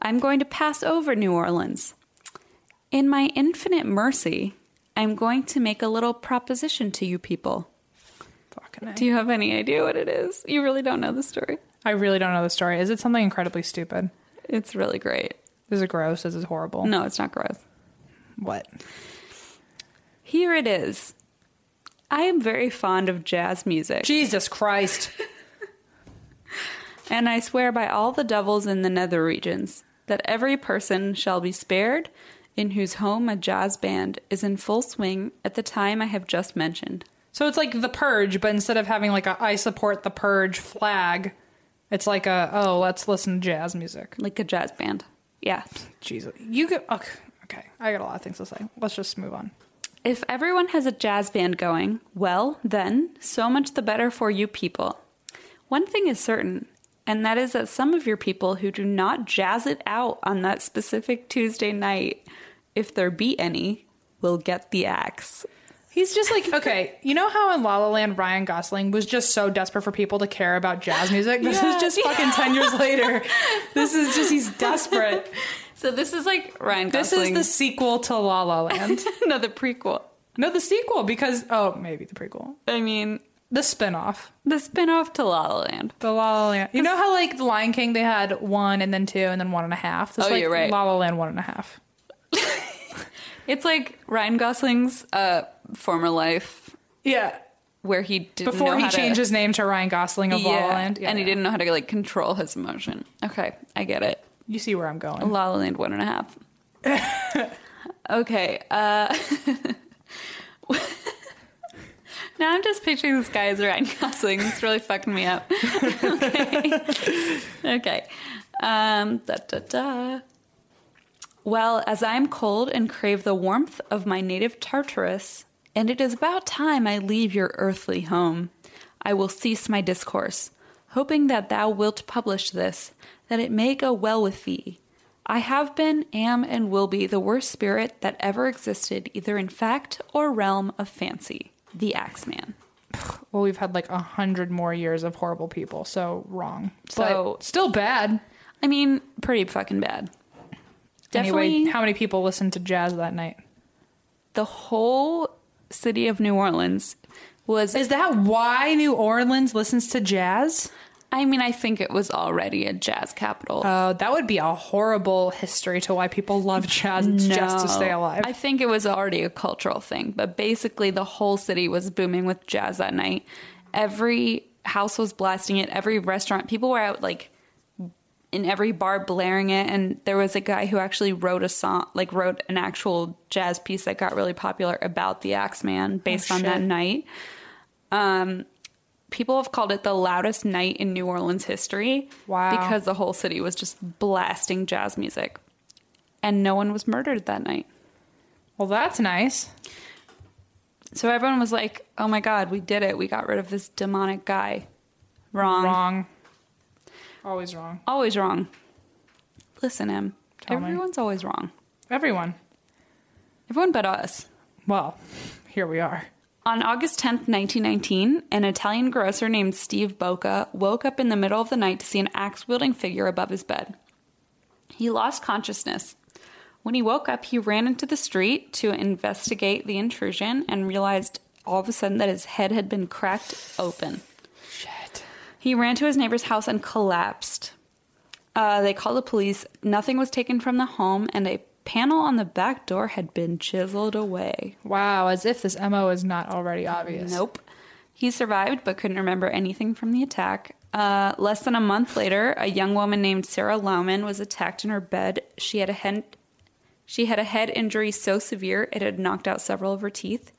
I'm going to pass over New Orleans. In my infinite mercy, I'm going to make a little proposition to you people. Fucking. A. Do you have any idea what it is? You really don't know the story. I really don't know the story. Is it something incredibly stupid? It's really great. Is it gross? Is it horrible? No, it's not gross. What? Here it is. I am very fond of jazz music, Jesus Christ. and I swear by all the devils in the nether regions that every person shall be spared in whose home a jazz band is in full swing at the time I have just mentioned. So it's like the purge, but instead of having like a I support the purge flag, it's like a oh let's listen to jazz music. Like a jazz band. Yeah. Jesus, you could okay, okay. I got a lot of things to say. Let's just move on. If everyone has a jazz band going, well, then, so much the better for you people. One thing is certain, and that is that some of your people who do not jazz it out on that specific Tuesday night, if there be any, will get the axe. He's just like okay, you know how in La La Land Ryan Gosling was just so desperate for people to care about jazz music. This Yeah. is just fucking ten years later. This is just he's desperate. So this is like Ryan This Gosling. is the sequel to La La Land. no the prequel. No, the sequel because oh maybe the prequel, I mean, the spinoff. the spin-off to La La Land. The La La Land. You know how like The Lion King they had one and then two and then one and a half. This Oh, is, like, you're right. La La Land one and a half. It's like Ryan Gosling's uh, former life Yeah. where he didn't Before know he how to- changed his name to Ryan Gosling of yeah, La La Land, Yeah, and he yeah. didn't know how to like control his emotion. Okay, I get it. You see where I'm going? La La Land one and a half. okay. Uh, now I'm just picturing this guy as Ryan Gosling. It's really fucking me up. okay. Okay. Um, da, da, da. Well, as I am cold and crave the warmth of my native Tartarus, and it is about time I leave your earthly home, I will cease my discourse, hoping that thou wilt publish this, that it may go well with thee. I have been, am, and will be the worst spirit that ever existed, either in fact or realm of fancy. The Axeman. Well, we've had like a hundred more years of horrible people, so wrong. So- but still bad. I mean, pretty fucking bad. Definitely Anyway, how many people listened to jazz that night? the whole city of New Orleans was Is that why New Orleans listens to jazz? I mean, I think it was already a jazz capital. Uh, that would be a horrible history to why people love jazz. It's just to No. stay alive. I think it was already a cultural thing, but basically the whole city was booming with jazz that night. Every house was blasting it, every restaurant, people were out like in every bar blaring it and there was a guy who actually wrote a song like wrote an actual jazz piece that got really popular about the Axeman based on that Oh, shit. night. Um people have called it the loudest night in New Orleans history. Wow. Because the whole city was just blasting jazz music. And no one was murdered that night. well, that's nice. So everyone was like, oh my God, we did it. We got rid of this demonic guy. Wrong. Wrong. Always wrong. Always wrong. Listen, Em. Tell me. Everyone's always wrong. Everyone. Everyone but us. Well, here we are. On August 10th, 1919, an Italian grocer named Steve Boca woke up in the middle of the night to see an axe wielding figure above his bed. He lost consciousness. When he woke up, he ran into the street to investigate the intrusion and realized all of a sudden that his head had been cracked open. Shit. He ran to his neighbor's house and collapsed. Uh, they called the police. Nothing was taken from the home, and a panel on the back door had been chiseled away. Wow, as if this MO is not already obvious. Nope. He survived but couldn't remember anything from the attack. Uh, less than a month later, a young woman named Sarah Lauman was attacked in her bed. She had a head, she had a head injury so severe it had knocked out several of her teeth.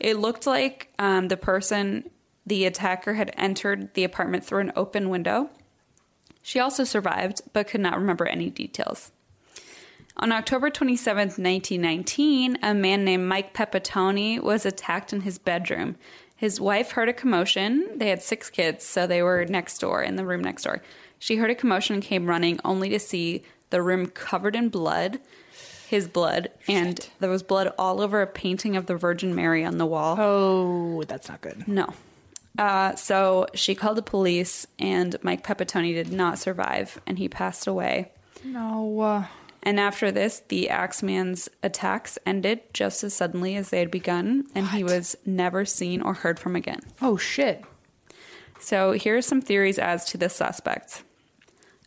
It looked like um, the person, the attacker, had entered the apartment through an open window. She also survived but could not remember any details. On October 27th, 1919, a man named Mike Pepitone was attacked in his bedroom. His wife heard a commotion. They had six kids, so they were next door in the room next door. She heard a commotion and came running, only to see the room covered in blood, his blood, and there was blood all over a painting of the Virgin Mary on the wall. Oh, that's not good. No. Uh, so she called the police, and Mike Pepitone did not survive, and he passed away. No. Uh, And after this, the Axeman's attacks ended just as suddenly as they had begun, and he was never seen or heard from again. oh, shit. So here are some theories as to the suspects.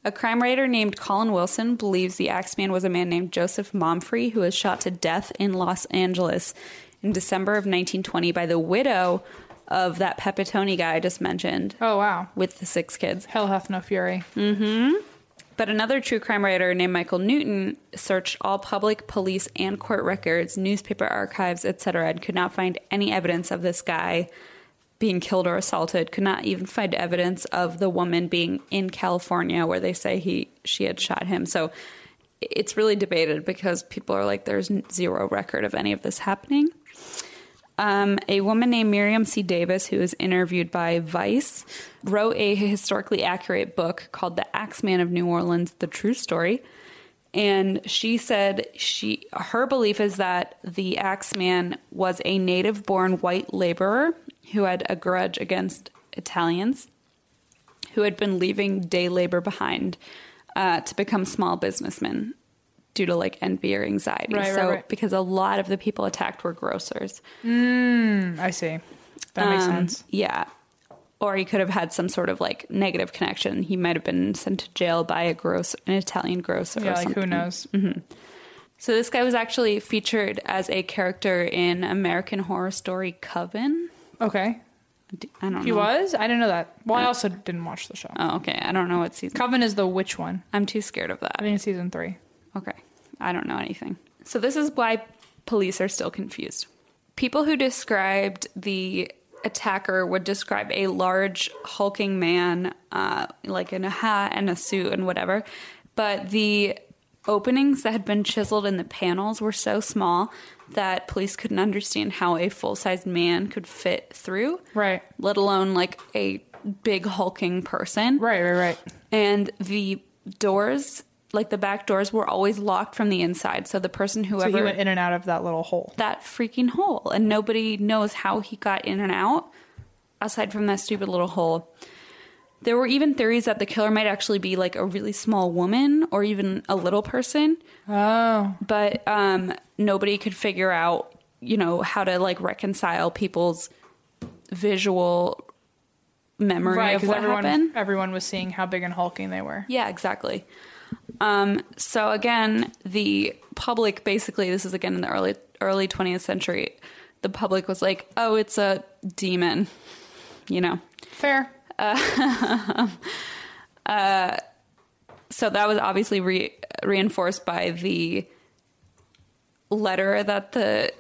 A crime writer named Colin Wilson believes the Axeman was a man named Joseph Momfrey who was shot to death in Los Angeles in December of 1920 by the widow of that Pepitone guy I just mentioned Oh, wow. with the six kids. Hell hath no fury. But another true crime writer named Michael Newton searched all public police and court records, newspaper archives, etc., and could not find any evidence of this guy being killed or assaulted. Could not even find evidence of the woman being in California where they say he she had shot him. So it's really debated because people are like, there's zero record of any of this happening. Um, a woman named Miriam C. Davis, who was interviewed by Vice, wrote a historically accurate book called The Axeman of New Orleans The True Story. And she said she her belief is that the Axeman was a native born white laborer who had a grudge against Italians who had been leaving day labor behind uh, to become small businessmen due to like envy or anxiety. Right, right, so right. because a lot of the people attacked were grocers. I see. That makes Um, sense. Yeah. Or he could have had some sort of like negative connection. He might have been sent to jail by a gross an Italian grocer. Yeah, or like who something. knows? So this guy was actually featured as a character in American Horror Story Coven. Okay. D- I don't He know. was? I didn't know that. Well, I also didn't watch the show. Oh, okay. I don't know what season. Coven is the witch one. I'm too scared of I that. think it's season three. Okay. I don't know anything. So this is why police are still confused. People who described the attacker would describe a large hulking man, uh, like in a hat and a suit and whatever, but the openings that had been chiseled in the panels were so small that police couldn't understand how a full-sized man could fit through. Right. Let alone like a big hulking person Right, right, right. and the doors like the back doors were always locked from the inside so the person So whoever he went in and out of that little hole. that freaking hole and nobody knows how he got in and out aside from that stupid little hole there were even theories that the killer might actually be like a really small woman or even a little person Oh. but um, nobody could figure out, you know, how to like reconcile people's visual memory Right, of because what everyone happened. everyone was seeing how big and hulking they were. Yeah, exactly. Um, so again, the public basically this is again in the early early 20th century. The public was like, "Oh, it's a demon," you know. Fair. so that was obviously re- reinforced by the letter that the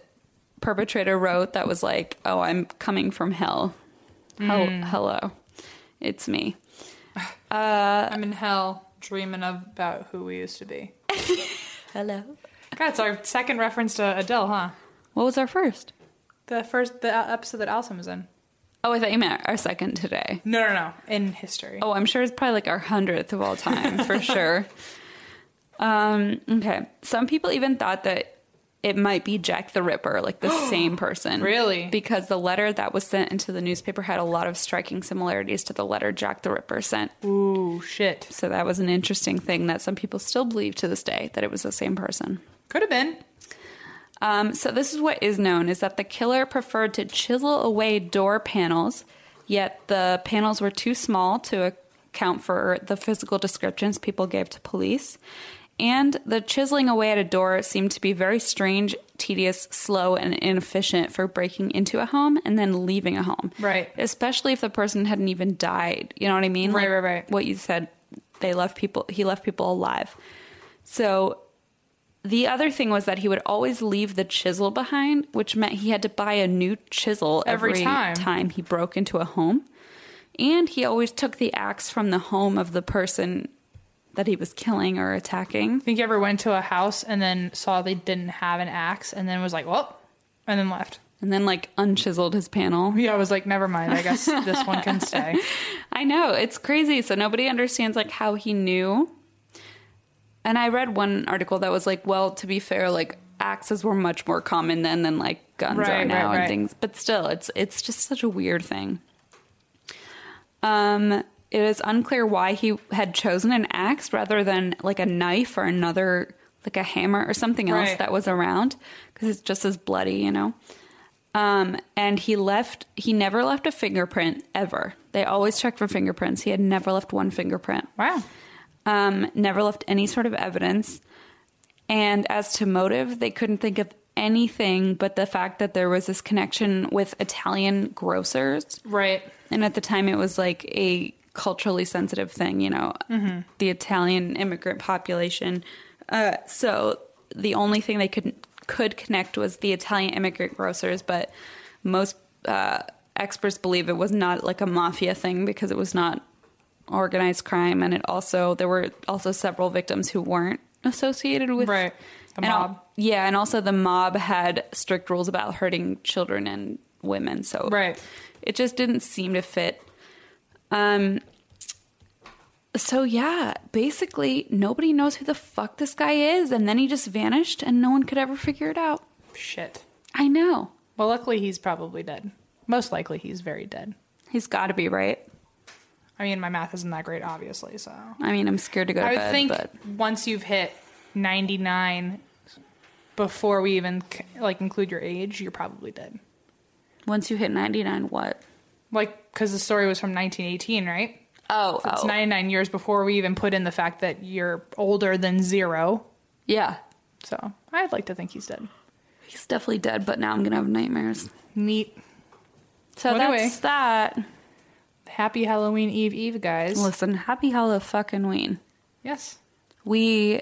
perpetrator wrote that was like, "Oh, I'm coming from hell. Hel- Hello, it's me." I'm in hell dreaming about who we used to be. Hello. God, it's our second reference to Adele, huh? What was our first? The first the episode that Alison was in. Oh, I thought you meant our second today. No, no, no. In history. Oh, I'm sure it's probably like our hundredth of all time for sure. Um, okay. Some people even thought that it might be Jack the Ripper, like the same person. Really? Because the letter that was sent into the newspaper had a lot of striking similarities to the letter Jack the Ripper sent. Ooh, Oh, shit. So that was an interesting thing that some people still believe to this day that it was the same person. Could have been. Um, so this is what is known is that the killer preferred to chisel away door panels, yet the panels were too small to account for the physical descriptions people gave to police. And the chiseling away at a door seemed to be very strange, tedious, slow, and inefficient for breaking into a home and then leaving a home. Right. Especially if the person hadn't even died. You know what I mean? Right, right, right. What you said, they left people. He left people alive. So the other thing was that he would always leave the chisel behind, which meant he had to buy a new chisel Every every, time. he broke into a home. And he always took the axe from the home of the person that he was killing or attacking. Think you ever went to a house and then saw they didn't have an axe and then was like, well, and then left. And then, like, unchiseled his panel. Yeah, I was like, never mind. I guess this one can stay. I know, it's crazy. So nobody understands, like, how he knew. And I read one article that was like, well, to be fair, like, axes were much more common then than, like, guns Right, are right, now right. and things. But still, it's it's just such a weird thing. Um, it is unclear why he had chosen an axe rather than like a knife or another, like a hammer or something else Right. that was around, because it's just as bloody, you know. Um, and he left. He never left a fingerprint ever. They always checked for fingerprints. He had never left one fingerprint Wow. um, never left any sort of evidence. And as to motive, they couldn't think of anything but the fact that there was this connection with Italian grocers. Right. And at the time, it was like a culturally sensitive thing, you know, Mm-hmm. the Italian immigrant population. Uh, so the only thing they could could connect was the Italian immigrant grocers, but most uh, experts believe it was not like a mafia thing because it was not organized crime, and it also there were also several victims who weren't associated with Right. The and al- mob. yeah, and also the mob had strict rules about hurting children and women, so Right. it just didn't seem to fit. Um so yeah, basically nobody knows who the fuck this guy is and then he just vanished and no one could ever figure it out. Shit. I know. Well, luckily he's probably dead. Most likely he's very dead. He's got to be right. I mean, my math isn't that great, obviously. So I mean, I'm scared to go to I would bed, think but once you've hit 99, before we even c- like include your age, you're probably dead. once you hit 99 what? Like, because the story was from 1918, right? Oh, It's oh. 99 years before we even put in the fact that you're older than zero. yeah. So I'd like to think he's dead. He's definitely dead, but now I'm going to have nightmares. Neat. So Well, that's anyway. that. Happy Halloween Eve, Eve, guys. Listen, happy Halloween fucking ween. yes. we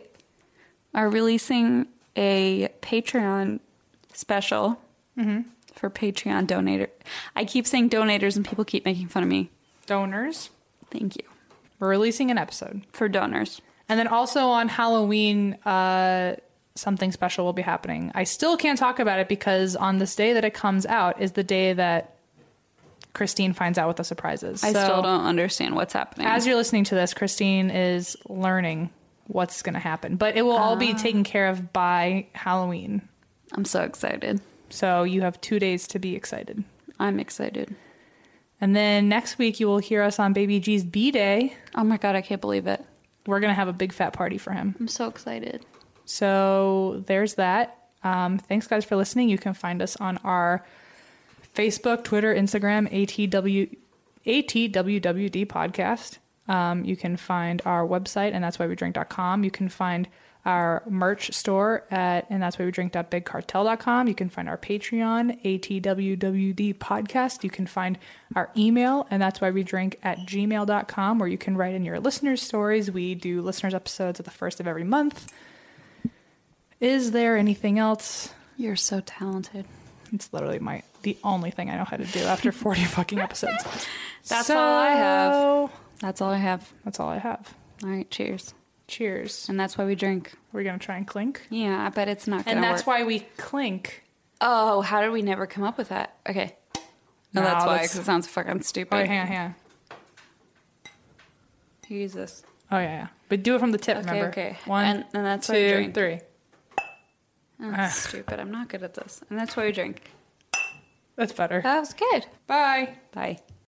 are releasing a Patreon special for Patreon donator. I keep saying donators, and people keep making fun of me. Donors. Thank you We're releasing an episode. for donors. And then also on Halloween, uh, something special will be happening. I still can't talk about it because on this day that it comes out is the day that Christine finds out what the surprise is. I So, still don't understand what's happening. As you're listening to this, Christine is learning what's going to happen, but it will all be taken care of by Halloween. I'm so excited. So you have two days to be excited. I'm excited. And then next week, you will hear us on Baby G's B Day. Oh my god, I can't believe it. We're going to have a big fat party for him. I'm so excited. So there's that. Um, thanks, guys, for listening. You can find us on our Facebook, Twitter, Instagram, ATW, ATWWD podcast. Um, you can find our website, and that's why we drink.com. You can find our merch store at and that's why we drink.bigcartel.com. You can find our Patreon, ATWWD podcast. You can find our email, and that's why we drink at gmail.com, where you can write in your listeners' stories. We do listeners' episodes at the first of every month. Is there anything else? You're so talented. It's literally my the only thing I know how to do after 40 fucking episodes. That's all I have. So, That's all I have. That's all I have. All right, cheers. Cheers. And that's why we drink. We're going to try and clink. Yeah, I bet it's not gonna And that's work. why we clink. Oh, how did we never come up with that? Okay. No, No, that's why, that's- because it sounds fucking stupid. Oh, yeah, hang on, hang on. Use this. Oh, yeah, yeah. But do it from the tip, Okay, remember? okay. One, And- and that's why we two, drink. three. Ah. Oh, that's stupid. I'm not good at this. And that's why we drink. That's better. That was good. Bye. Bye.